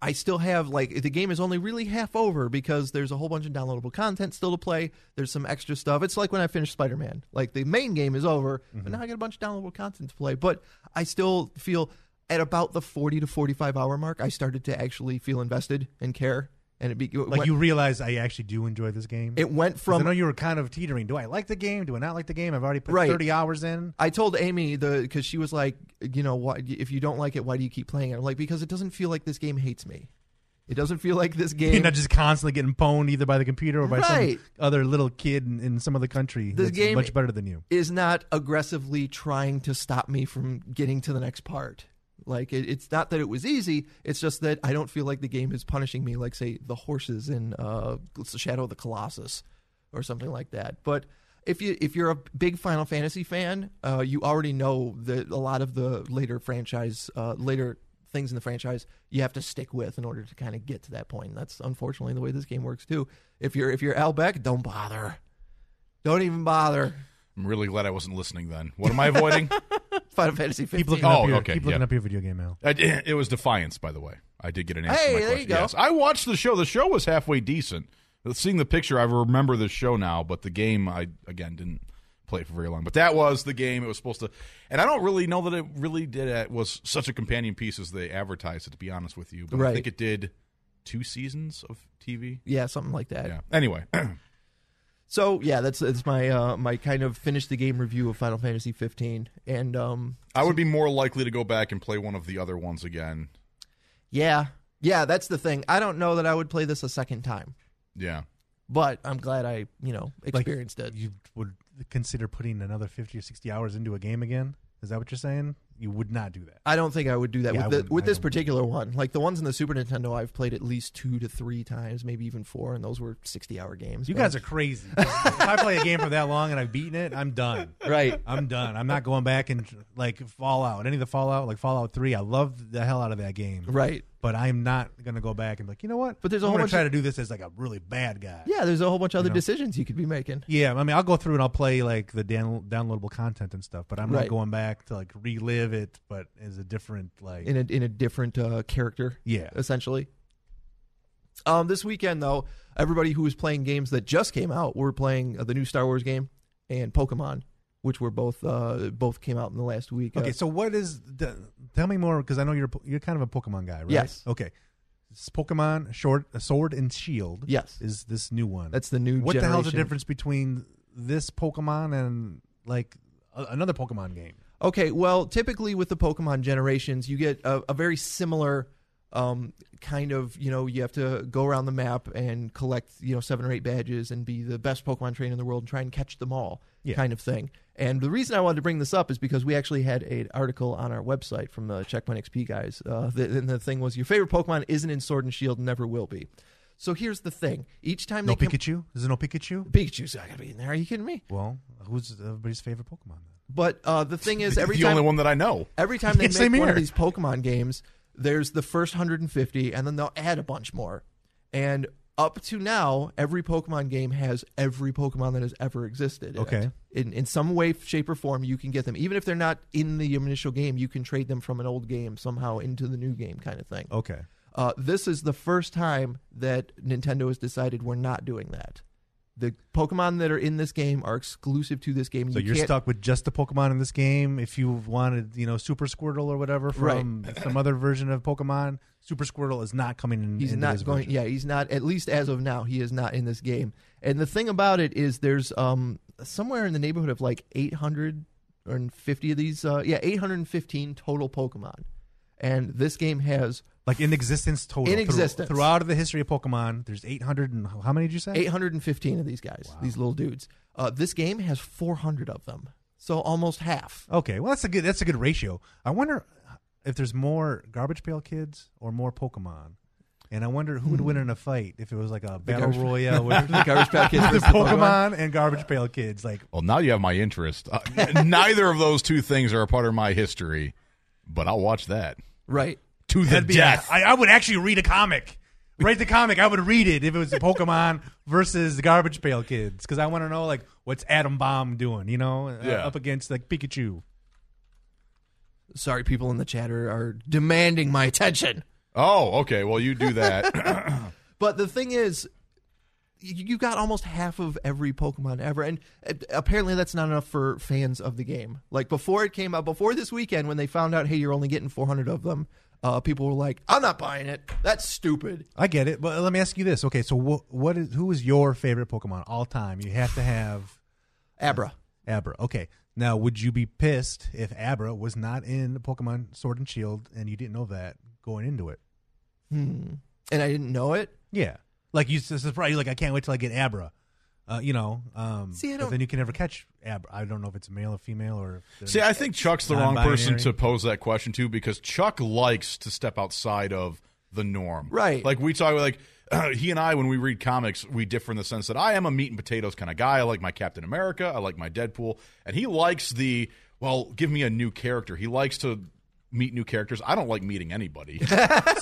[SPEAKER 5] I still have like the game is only really half over because there's a whole bunch of downloadable content still to play. There's some extra stuff. It's like when I finished Spider Man. Like the main game is over,
[SPEAKER 7] Mm-hmm.
[SPEAKER 5] but now I got a bunch of downloadable content to play. But I still feel at about the 40 to 45 hour mark, I started to actually feel invested and care. And it be
[SPEAKER 7] Like you realize I actually do enjoy this game.
[SPEAKER 5] It went
[SPEAKER 7] 'Cause
[SPEAKER 5] from-
[SPEAKER 7] I know you were kind of teetering. Do I like the game? Do I not like the game? I've already put
[SPEAKER 5] Right.
[SPEAKER 7] thirty hours in.
[SPEAKER 5] I told Amy the because she was like, you know, why, if you don't like it, why do you keep playing it? I'm like, because it doesn't feel like this game hates me. It doesn't feel like this game.
[SPEAKER 7] You're not just constantly getting pwned either by the computer or by
[SPEAKER 5] Right.
[SPEAKER 7] some other little kid in, in some other country
[SPEAKER 5] this
[SPEAKER 7] that's
[SPEAKER 5] game
[SPEAKER 7] much better than you.
[SPEAKER 5] is not aggressively trying to stop me from getting to the next part. Like it, it's not that it was easy. It's just that I don't feel like the game is punishing me, like say the horses in uh, Shadow of the Colossus or something like that. But if you if you're a big Final Fantasy fan, uh, you already know that a lot of the later franchise, uh, later things in the franchise, you have to stick with in order to kind of get to that point. And that's unfortunately the way this game works too. If you're if you're Al Beck, don't bother. Don't even bother.
[SPEAKER 6] I'm really glad I wasn't listening then. What am I avoiding?
[SPEAKER 5] Final Fantasy 15.
[SPEAKER 7] Keep looking,
[SPEAKER 6] Oh,
[SPEAKER 7] up, your,
[SPEAKER 6] okay,
[SPEAKER 7] keep looking
[SPEAKER 6] yeah.
[SPEAKER 7] up your video game, Al.
[SPEAKER 6] I, di- it was Defiance, by the way. I did get an answer. to
[SPEAKER 5] Hey,
[SPEAKER 6] my
[SPEAKER 5] there
[SPEAKER 6] question.
[SPEAKER 5] you go.
[SPEAKER 6] Yes, I watched the show. The show was halfway decent. Seeing the picture, I remember the show now, but the game, I again didn't play for very long. But that was the game it was supposed to. And I don't really know that it really did. It was such a companion piece as they advertised it. To be honest with you, but I
[SPEAKER 5] Right.
[SPEAKER 6] think it did two seasons of TV.
[SPEAKER 5] Yeah, something like that.
[SPEAKER 6] Yeah. Anyway,
[SPEAKER 5] So yeah, that's that's my uh, my kind of finish the game review of Final Fantasy 15, and um,
[SPEAKER 6] I would be more likely to go back and play one of the other ones again.
[SPEAKER 5] yeah, yeah, that's the thing. I don't know that I would play this a second time,
[SPEAKER 6] Yeah.
[SPEAKER 5] but I'm glad I you know experienced it.
[SPEAKER 7] You would consider putting another fifty or sixty hours into a game again? Is that what you're saying? You would not do that.
[SPEAKER 5] I don't think I would do that
[SPEAKER 7] Yeah, I
[SPEAKER 5] with the,
[SPEAKER 7] wouldn't-
[SPEAKER 5] with
[SPEAKER 7] I
[SPEAKER 5] this
[SPEAKER 7] don't-
[SPEAKER 5] particular one. Like the ones in the Super Nintendo, I've played at least two to three times, maybe even four, and those were 60 hour games.
[SPEAKER 7] You
[SPEAKER 5] but-
[SPEAKER 7] guys are crazy. if I play a game for that long and I've beaten it, I'm done.
[SPEAKER 5] right.
[SPEAKER 7] I'm done. I'm not going back and like Fallout. Any of the Fallout, like Fallout Three, I loved the hell out of that game.
[SPEAKER 5] Right.
[SPEAKER 7] But I'm not gonna go back and be like, you know what?
[SPEAKER 5] But there's a
[SPEAKER 7] I'm
[SPEAKER 5] whole
[SPEAKER 7] gonna
[SPEAKER 5] bunch
[SPEAKER 7] try
[SPEAKER 5] of-
[SPEAKER 7] to do this as like a really bad guy.
[SPEAKER 5] Yeah, there's a whole bunch of other
[SPEAKER 7] know?
[SPEAKER 5] decisions you could be making.
[SPEAKER 7] Yeah, I mean, I'll go through and I'll play like the down- downloadable content and stuff, but I'm not
[SPEAKER 5] Right.
[SPEAKER 7] going back to like relive it, but as a different like.
[SPEAKER 5] in a in a different uh, character.
[SPEAKER 7] Yeah.
[SPEAKER 5] essentially. Um, this weekend though, everybody who was playing games that just came out were playing uh, the new Star Wars game and Pokemon, which were both uh, both came out in the last week.
[SPEAKER 7] okay,
[SPEAKER 5] Uh,
[SPEAKER 7] so what is? The, tell me more because I know you're a po- you're kind of a Pokemon guy, right?
[SPEAKER 5] Yes.
[SPEAKER 7] Okay. It's Pokemon Short uh, Sword and Shield.
[SPEAKER 5] Yes.
[SPEAKER 7] Is this new one?
[SPEAKER 5] that's the new.
[SPEAKER 7] what the hell's the
[SPEAKER 5] generation.
[SPEAKER 7] difference between this Pokemon and like a- another Pokemon game?
[SPEAKER 5] Okay, well, typically with the Pokemon generations, you get a, a very similar um, kind of, you know, you have to go around the map and collect, you know, seven or eight badges and be the best Pokemon trainer in the world and try and catch them all
[SPEAKER 7] Yeah.
[SPEAKER 5] kind of thing. And the reason I wanted to bring this up is because we actually had an article on our website from the Checkpoint XP guys. Uh, the, and the thing was, your favorite Pokemon isn't in Sword and Shield and never will be. So here's the thing. Each time
[SPEAKER 7] No
[SPEAKER 5] they come-
[SPEAKER 7] Pikachu? Is there no Pikachu?
[SPEAKER 5] Pikachu's not going to be in there. Are you kidding me?
[SPEAKER 7] Well, who's everybody's favorite Pokemon? Then?
[SPEAKER 5] But uh, the thing is, every
[SPEAKER 6] the
[SPEAKER 5] time
[SPEAKER 6] only one that I know.
[SPEAKER 5] every time they
[SPEAKER 7] Yeah, same
[SPEAKER 5] make one of
[SPEAKER 7] here.
[SPEAKER 5] these Pokemon games, there's the first 150, and then they'll add a bunch more. And up to now, every Pokemon game has every Pokemon that has ever existed. in it.
[SPEAKER 7] Okay.
[SPEAKER 5] In, in some way, shape, or form, you can get them. Even if they're not in the initial game, you can trade them from an old game somehow into the new game, kind of thing.
[SPEAKER 7] Okay.
[SPEAKER 5] Uh, this is the first time that Nintendo has decided we're not doing that. The Pokemon that are in this game are exclusive to this game.
[SPEAKER 7] So
[SPEAKER 5] you
[SPEAKER 7] you are
[SPEAKER 5] can't-
[SPEAKER 7] stuck with just the Pokemon in this game. If you wanted, you know, Super Squirtle or whatever from some other version of Pokemon, Super Squirtle is not coming in.
[SPEAKER 5] He's
[SPEAKER 7] into this
[SPEAKER 5] not going.
[SPEAKER 7] version.
[SPEAKER 5] Yeah, he's not. At least as of now, he is not in this game. And the thing about it is, there's um somewhere in the neighborhood of like 850 of these. Uh, yeah, 815 total Pokemon, and this game has
[SPEAKER 7] Like in existence total.
[SPEAKER 5] In
[SPEAKER 7] Through-
[SPEAKER 5] existence.
[SPEAKER 7] throughout the history of Pokemon, there's 800 and how many did you say?
[SPEAKER 5] 815 of these guys. These little dudes. Uh, this game has 400 of them. So almost half.
[SPEAKER 7] Okay, well that's a good that's a good ratio. I wonder if there's more Garbage Pail Kids or more Pokemon, and I wonder who would win in a fight if it was like a battle
[SPEAKER 5] Garbage-
[SPEAKER 7] royale with
[SPEAKER 5] The Garbage Pail Kids
[SPEAKER 7] the
[SPEAKER 5] versus Pokemon.
[SPEAKER 7] Pokemon and Garbage Pail Kids. Like,
[SPEAKER 6] Well, now you have my interest. Uh, neither of those two things are a part of my history, but I'll watch that
[SPEAKER 5] Right.
[SPEAKER 6] to the
[SPEAKER 7] that'd be
[SPEAKER 6] death.
[SPEAKER 7] I, I would actually read a comic. Write the comic. I would read it if it was Pokemon versus the Garbage Pail Kids because I want to know like what's Adam Bomb doing, you know, uh,
[SPEAKER 6] Yeah.
[SPEAKER 7] up against like Pikachu.
[SPEAKER 5] Sorry, people in the chatter are demanding my attention.
[SPEAKER 6] Oh, okay. Well, you do that.
[SPEAKER 5] But the thing is, y- you got almost half of every Pokemon ever, and uh, apparently that's not enough for fans of the game. Like before it came out, before this weekend, when they found out, hey, you're only getting 400 of them, uh, people were like, "I'm not buying it. That's stupid."
[SPEAKER 7] I get it, but let me ask you this. Okay, so wh- what is who is your favorite Pokemon all time? You have to have
[SPEAKER 5] Abra.
[SPEAKER 7] Abra. Okay. Now, would you be pissed if Abra was not in Pokemon Sword and Shield and you didn't know that going into it?
[SPEAKER 5] Hmm. And I didn't know it.
[SPEAKER 7] Yeah. Like you s- surprised you're like I can't wait till I get Abra. Uh, you know, um,
[SPEAKER 5] See, I
[SPEAKER 7] but
[SPEAKER 5] don't-
[SPEAKER 7] then you can never catch Abra. I don't know if it's male or female or.
[SPEAKER 6] See, I think Chuck's the wrong
[SPEAKER 7] Non-binary.
[SPEAKER 6] person to pose that question to because Chuck likes to step outside of the norm.
[SPEAKER 5] Right.
[SPEAKER 6] Like we talk like he and I when we read comics, we differ in the sense that I am a meat and potatoes kind of guy. I like my Captain America, I like my Deadpool, and he likes the well, give me a new character. He likes to meet new characters. I don't like meeting anybody.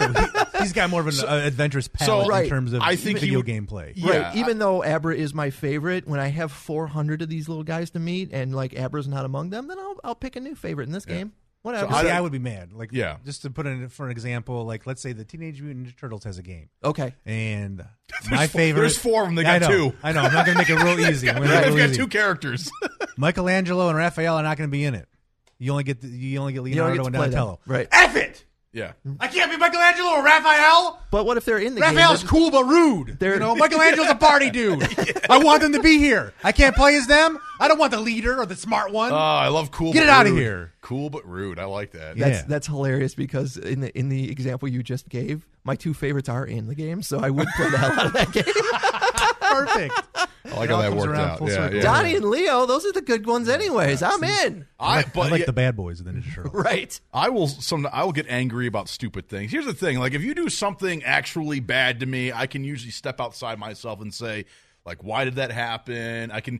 [SPEAKER 7] He's got more of an uh, adventurous palette
[SPEAKER 5] right.
[SPEAKER 7] in terms of
[SPEAKER 6] I think he
[SPEAKER 7] video
[SPEAKER 6] would-
[SPEAKER 7] gameplay.
[SPEAKER 6] Yeah,
[SPEAKER 5] right. Even though Abra is my favorite, when I have 400 of these little guys to meet, and like Abra's not among them, then I'll I'll pick a new favorite in this game. Whatever.
[SPEAKER 7] See, I, would be mad. Like,
[SPEAKER 6] Yeah.
[SPEAKER 7] Just to put in for an example, like let's say the Teenage Mutant Ninja Turtles has a game,
[SPEAKER 5] okay.
[SPEAKER 7] and my
[SPEAKER 6] four-
[SPEAKER 7] favorite.
[SPEAKER 6] there's four of 'em. They
[SPEAKER 7] I
[SPEAKER 6] got
[SPEAKER 7] know,
[SPEAKER 6] two.
[SPEAKER 7] I know. I'm not gonna make it real easy. I'm gonna make it
[SPEAKER 6] I've
[SPEAKER 7] real
[SPEAKER 6] got
[SPEAKER 7] easy.
[SPEAKER 6] two characters.
[SPEAKER 7] Michelangelo and Raphael are not gonna be in it. You only get the, you only get
[SPEAKER 5] You don't
[SPEAKER 7] Leonardo
[SPEAKER 5] get to
[SPEAKER 7] and
[SPEAKER 5] play them.
[SPEAKER 7] Donatello.
[SPEAKER 5] Right.
[SPEAKER 7] F it.
[SPEAKER 6] yeah.
[SPEAKER 7] I can't be Michelangelo or Raphael.
[SPEAKER 5] But what if they're in the game?
[SPEAKER 7] Raphael's cool but rude.
[SPEAKER 5] They're-
[SPEAKER 7] you know, Michelangelo's a party dude. I want them to be here. I can't play as them. I don't want the leader or the smart one.
[SPEAKER 6] Oh, I love cool.
[SPEAKER 7] Get
[SPEAKER 6] but
[SPEAKER 7] it outta
[SPEAKER 6] rude.
[SPEAKER 7] here.
[SPEAKER 6] Cool but rude. I like that.
[SPEAKER 5] That's
[SPEAKER 7] Yeah.
[SPEAKER 5] that's hilarious because in the in the example you just gave, my two favorites are in the game, so I would play the hell out of that game.
[SPEAKER 7] Perfect.
[SPEAKER 6] I like
[SPEAKER 7] It
[SPEAKER 6] how
[SPEAKER 7] all
[SPEAKER 6] that
[SPEAKER 7] comes
[SPEAKER 6] worked
[SPEAKER 7] around
[SPEAKER 6] out.
[SPEAKER 7] full
[SPEAKER 6] Yeah,
[SPEAKER 7] circle.
[SPEAKER 6] yeah.
[SPEAKER 5] Donnie and Leo, those are the good ones, anyways. I'm in.
[SPEAKER 6] I, but
[SPEAKER 7] I like
[SPEAKER 6] yeah,
[SPEAKER 7] the bad boys of the Ninja Turtles.
[SPEAKER 5] Right.
[SPEAKER 6] I will some I will get angry about stupid things. Here's the thing, like if you do something actually bad to me, I can usually step outside myself and say like why did that happen? I can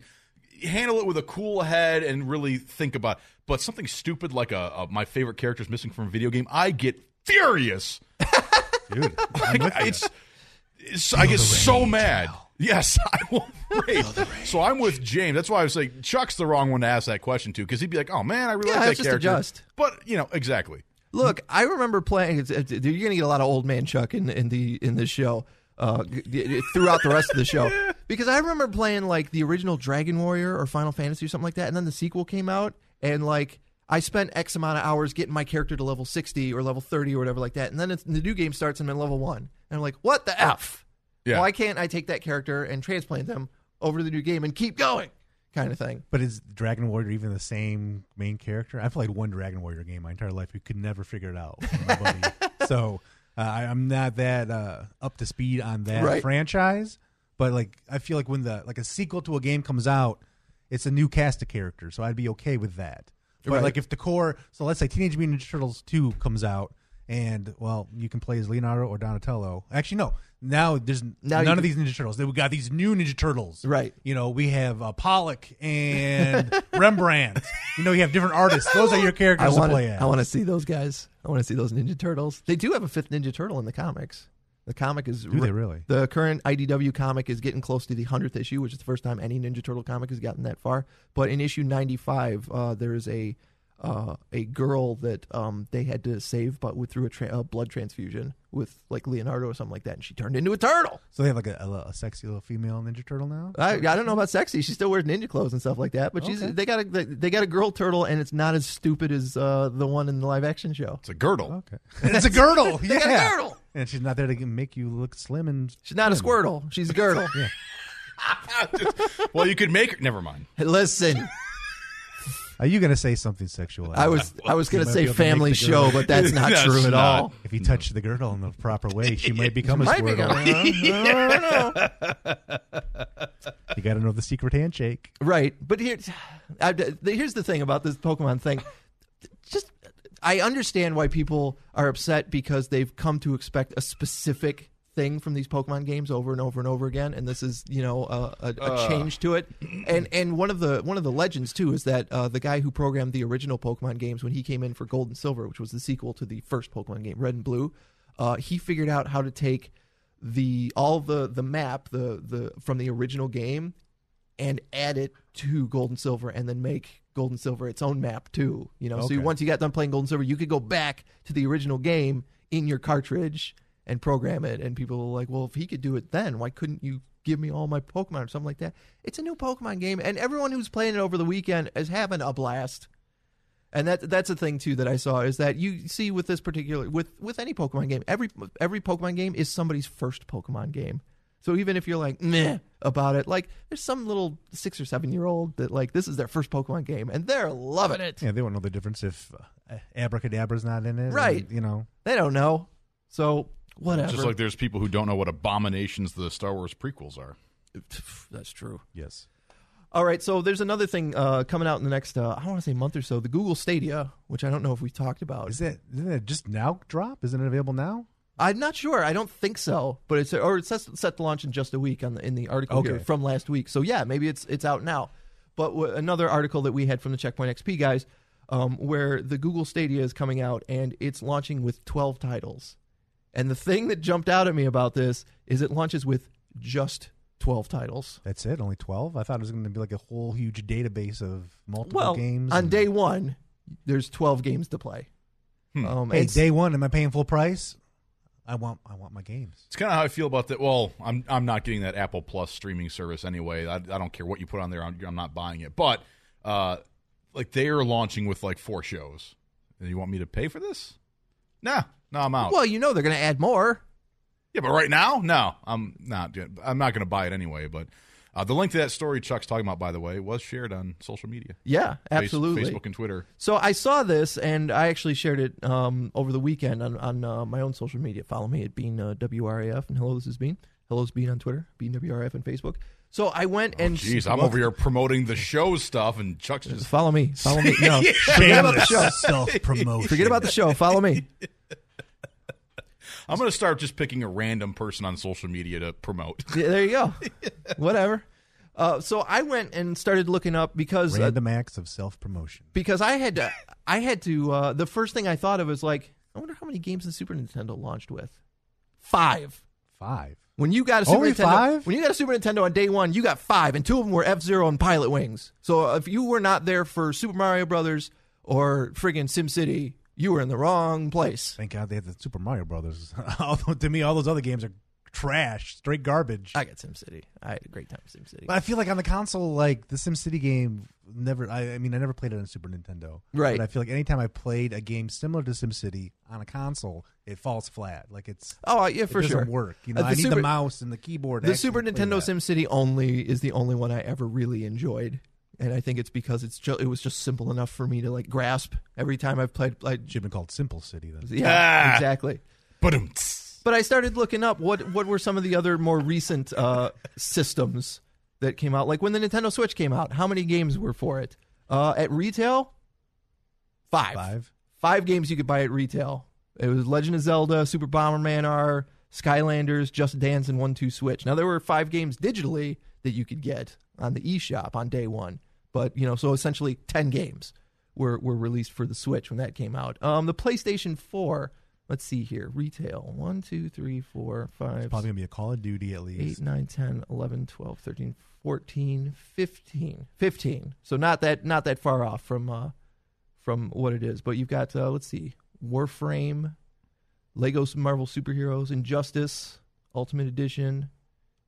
[SPEAKER 6] handle it with a cool head and really think about. It. But something stupid like a, a my favorite character is missing from a video game, I get furious.
[SPEAKER 7] Dude, I'm
[SPEAKER 6] Like,
[SPEAKER 7] with you.
[SPEAKER 6] it's, it's I get so mad. Yes, I will rage. So I'm with James. That's why I was like Chuck's the wrong one to ask that question to because he'd be like, "Oh man, I really
[SPEAKER 5] Yeah,
[SPEAKER 6] like that
[SPEAKER 5] let's just
[SPEAKER 6] character."
[SPEAKER 5] adjust.
[SPEAKER 6] But you know exactly.
[SPEAKER 5] Look, I remember playing. It's, it's, you're going to get a lot of old man Chuck in in the in this show uh, g- g- throughout the rest of the show because I remember playing like the original Dragon Warrior or Final Fantasy or something like that, and then the sequel came out, and like I spent X amount of hours getting my character to level sixty or level thirty or whatever like that, and then it's, the new game starts and I'm at level one, and I'm like, what the f?
[SPEAKER 6] Yeah.
[SPEAKER 5] Why can't I take that character and transplant them over to the new game and keep going? Kind of thing.
[SPEAKER 7] But is Dragon Warrior even the same main character? I played one Dragon Warrior game my entire life. We could never figure it out. with my buddy. so uh, I, I'm not that uh, up to speed on that
[SPEAKER 5] Right.
[SPEAKER 7] franchise. But like, I feel like when the like a sequel to a game comes out, it's a new cast of characters. So I'd be okay with that. But
[SPEAKER 5] Right.
[SPEAKER 7] like, if the core, so let's say Teenage Mutant Ninja Turtles two comes out. And well, you can play as Leonardo or Donatello. Actually, no. Now there's
[SPEAKER 5] Now you
[SPEAKER 7] none
[SPEAKER 5] can-
[SPEAKER 7] of these Ninja Turtles. We got these new Ninja Turtles,
[SPEAKER 5] Right.
[SPEAKER 7] you know, we have uh, Pollock and Rembrandt. You know, you have different artists. Those are your
[SPEAKER 5] I
[SPEAKER 7] characters to
[SPEAKER 5] want
[SPEAKER 7] play as.
[SPEAKER 5] I want to see those guys. I want to see those Ninja Turtles. They do have a fifth Ninja Turtle in the comics. The comic is
[SPEAKER 7] Do they really?
[SPEAKER 5] The current IDW comic is getting close to the hundredth issue, which is the first time any Ninja Turtle comic has gotten that far. But in issue ninety five, uh, there is a uh, a girl that um, they had to save, but with through a, tra- a blood transfusion with like Leonardo or something like that, and she turned into a turtle.
[SPEAKER 7] so they have like a, a, a sexy little female Ninja Turtle now.
[SPEAKER 5] I, I don't know about sexy. She still wears ninja clothes and stuff like that. But she's
[SPEAKER 7] Okay.
[SPEAKER 5] they got a they, they got a girl turtle, and it's not as stupid as uh, the one in the live action show.
[SPEAKER 6] It's a girdle.
[SPEAKER 7] okay, it's a girdle.
[SPEAKER 5] They got a
[SPEAKER 7] yeah.
[SPEAKER 5] girdle.
[SPEAKER 7] and she's not there to make you look slim and.
[SPEAKER 5] She's not a squirtle. She's a girdle.
[SPEAKER 6] well, you could make. Never mind.
[SPEAKER 5] Hey, Listen,
[SPEAKER 7] Are you gonna say something sexual?
[SPEAKER 5] I was I was gonna
[SPEAKER 7] might
[SPEAKER 5] say
[SPEAKER 7] be able to make
[SPEAKER 5] family
[SPEAKER 7] the
[SPEAKER 5] show,
[SPEAKER 7] girdle.
[SPEAKER 5] but that's not
[SPEAKER 6] That's
[SPEAKER 5] true at
[SPEAKER 6] not.
[SPEAKER 5] all.
[SPEAKER 7] If you touch the girdle in the proper way, she might become a
[SPEAKER 5] Might be
[SPEAKER 7] squirtle.
[SPEAKER 5] going- I don't know.
[SPEAKER 7] You got to know the secret handshake.
[SPEAKER 5] Right, but here, I, here's the thing about this Pokemon thing. Just, I understand why people are upset because they've come to expect a specific thing from these Pokemon games over and over and over again, and this is you know a, a, a change to it. And and one of the one of the legends too is that uh, the guy who programmed the original Pokemon games when he came in for Gold and Silver, which was the sequel to the first Pokemon game, Red and Blue, uh, he figured out how to take the all the the map the the from the original game and add it to gold and silver and then make Gold and Silver its own map too. You know, so
[SPEAKER 7] Okay.
[SPEAKER 5] you, once you got done playing Gold and Silver, you could go back to the original game in your cartridge and program it. And people were like, "Well, if he could do it then, why couldn't you give me all my Pokemon or something like that?" It's a new Pokemon game, and everyone who's playing it over the weekend is having a blast. And that that's a thing too that I saw is that you see with this particular with with any Pokemon game, every every Pokemon game is somebody's first Pokemon game. So even if you're like meh about it, like there's some little six or seven year old that like this is their first Pokemon game and they're loving it.
[SPEAKER 7] Yeah, they won't know the difference if uh, Abracadabra's not in it. and,
[SPEAKER 5] Right.
[SPEAKER 7] you know.
[SPEAKER 5] They don't know. So whatever.
[SPEAKER 6] Just like there's people who don't know what abominations the Star Wars prequels are.
[SPEAKER 5] That's true.
[SPEAKER 7] Yes.
[SPEAKER 5] All right, so there's another thing uh, coming out in the next uh, I want to say month or so, the Google Stadia, which I don't know if we've talked about.
[SPEAKER 7] Is that isn't it just now drop? Isn't it available now?
[SPEAKER 5] I'm not sure. I don't think
[SPEAKER 7] Oh.
[SPEAKER 5] so, but it's or it's set, set to launch in just a week on the in the article here
[SPEAKER 7] Okay.
[SPEAKER 5] from last week. So yeah, maybe it's it's out now. But w- another article that we had from the Checkpoint XP guys, um, where the Google Stadia is coming out and it's launching with 12 titles, and the thing that jumped out at me about this is it launches with just 12 titles.
[SPEAKER 7] That's it. Only twelve. I thought it was going to be like a whole huge database of multiple
[SPEAKER 5] Well,
[SPEAKER 7] games.
[SPEAKER 5] on
[SPEAKER 7] and-
[SPEAKER 5] day one, there's 12 games to play. Um,
[SPEAKER 7] Hmm. hey,
[SPEAKER 5] and
[SPEAKER 7] day one. Am I paying full price? I want I want my games.
[SPEAKER 6] It's kind of how I feel about that. Well, I'm I'm not getting that Apple Plus streaming service anyway. I, I don't care what you put on there. I'm, I'm not buying it. But uh, like they are launching with like four shows, and you want me to pay for this? Nah, no, I'm out.
[SPEAKER 5] well, you know they're going to add more.
[SPEAKER 6] Yeah, but right now, no, I'm not. doing- I'm not going to buy it anyway. But uh, the link to that story Chuck's talking about, by the way, was shared on social media.
[SPEAKER 5] Yeah,
[SPEAKER 6] Face-
[SPEAKER 5] absolutely.
[SPEAKER 6] Facebook and Twitter.
[SPEAKER 5] So I saw this, and I actually shared it um, over the weekend on, on uh, my own social media. Follow me at Bean uh, WRAF, and hello, this is Bean. Hello, it's Bean on Twitter, Bean WRAF on Facebook. So I went and
[SPEAKER 6] Oh, Jeez, I'm over here promoting the show stuff, and Chuck's just
[SPEAKER 5] Follow me, follow me. No, forget about the show.
[SPEAKER 7] self promotion.
[SPEAKER 5] Forget about the show. Follow me.
[SPEAKER 6] I'm going to start just picking a random person on social media to promote.
[SPEAKER 5] Yeah, there you go. Whatever. Uh, so I went and started looking up because uh,
[SPEAKER 7] random acts of self promotion.
[SPEAKER 5] because I had to, I had to. Uh, the first thing I thought of was like, I wonder how many games the Super Nintendo launched with. Five.
[SPEAKER 7] Five.
[SPEAKER 5] When you got a Super
[SPEAKER 7] Only
[SPEAKER 5] Nintendo,
[SPEAKER 7] five?
[SPEAKER 5] when you got a Super Nintendo on day one, you got five, and two of them were F Zero and Pilot Wings. So if you were not there for Super Mario Brothers or friggin' Sim City, you were in the wrong place.
[SPEAKER 7] Thank God they had the Super Mario Brothers. Although to me, all those other games are trash, straight garbage.
[SPEAKER 5] I got Sim City. I had a great time with Sim City.
[SPEAKER 7] But I feel like on the console, like the SimCity game, never. I, I mean, I never played it on Super Nintendo.
[SPEAKER 5] Right.
[SPEAKER 7] But I feel like anytime I played a game similar to SimCity on a console, it falls flat. Like it's
[SPEAKER 5] Oh yeah, for
[SPEAKER 7] it doesn't
[SPEAKER 5] sure.
[SPEAKER 7] work. You
[SPEAKER 5] Uh,
[SPEAKER 7] know, I need
[SPEAKER 5] Super-
[SPEAKER 7] the mouse and the keyboard. to
[SPEAKER 5] The
[SPEAKER 7] actually
[SPEAKER 5] Super
[SPEAKER 7] play
[SPEAKER 5] Nintendo
[SPEAKER 7] that.
[SPEAKER 5] SimCity only is the only one I ever really enjoyed, and I think it's because it's ju- it was just simple enough for me to like grasp every time I've played. Like,
[SPEAKER 7] should have been called Simple City. Then
[SPEAKER 5] yeah,
[SPEAKER 6] Ah.
[SPEAKER 5] exactly.
[SPEAKER 6] But
[SPEAKER 5] But I started looking up what what were some of the other more recent uh, systems that came out. Like when the Nintendo Switch came out, how many games were for it uh, at retail? Five.
[SPEAKER 7] Five.
[SPEAKER 5] Five games you could buy at retail. It was Legend of Zelda, Super Bomberman R, Skylanders, Just Dance, and One Two Switch. Now there were five games digitally that you could get on the eShop on day one, but you know, so essentially ten games were were released for the Switch when that came out. Um, the PlayStation Four. Let's see here. Retail. one, two, three, four, five,
[SPEAKER 7] Probably gonna be a Call of Duty at least.
[SPEAKER 5] eight, nine, 10, 11, 12, 13, 14, 15. 15. So not that not that far off from uh, from what it is. But you've got uh, let's see, Warframe, Lego Marvel Superheroes, Injustice Ultimate Edition.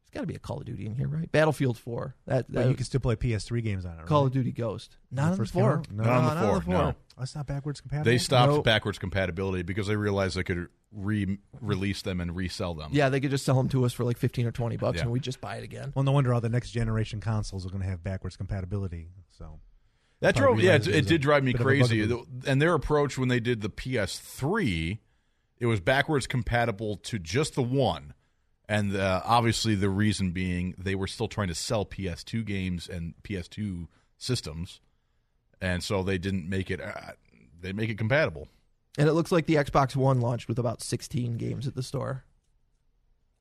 [SPEAKER 5] It's got to be a Call of Duty in here, right? Battlefield 4. That,
[SPEAKER 7] But
[SPEAKER 5] that-
[SPEAKER 7] you can still play PS3 games on it.
[SPEAKER 5] Call
[SPEAKER 7] right?
[SPEAKER 5] of Duty Ghost. Not
[SPEAKER 7] the
[SPEAKER 5] on the
[SPEAKER 7] first
[SPEAKER 5] 4.
[SPEAKER 7] game? No.
[SPEAKER 6] Not on the
[SPEAKER 5] not on
[SPEAKER 6] four,
[SPEAKER 5] the 4.
[SPEAKER 6] no.
[SPEAKER 7] Oh, it's not backwards compatible.
[SPEAKER 6] they stopped
[SPEAKER 5] Nope.
[SPEAKER 6] backwards compatibility because they realized they could re-release them and resell them.
[SPEAKER 5] Yeah, they could just sell them to us for like 15 or 20 bucks
[SPEAKER 6] Yeah.
[SPEAKER 5] and we just buy it again.
[SPEAKER 7] Well, no wonder all the next generation consoles are going to have backwards compatibility. So
[SPEAKER 6] that
[SPEAKER 7] Probably
[SPEAKER 6] drove. Yeah,
[SPEAKER 7] realized
[SPEAKER 6] it,
[SPEAKER 7] it
[SPEAKER 6] it
[SPEAKER 7] was a
[SPEAKER 6] did drive me
[SPEAKER 7] bit of a
[SPEAKER 6] crazy.
[SPEAKER 7] bugaboo.
[SPEAKER 6] The- And their approach when they did the PS3, it was backwards compatible to just the one. And uh, obviously, the reason being they were still trying to sell PS2 games and PS2 systems, and so they didn't make it. Uh, they make it compatible.
[SPEAKER 5] And it looks like the Xbox One launched with about 16 games at the store.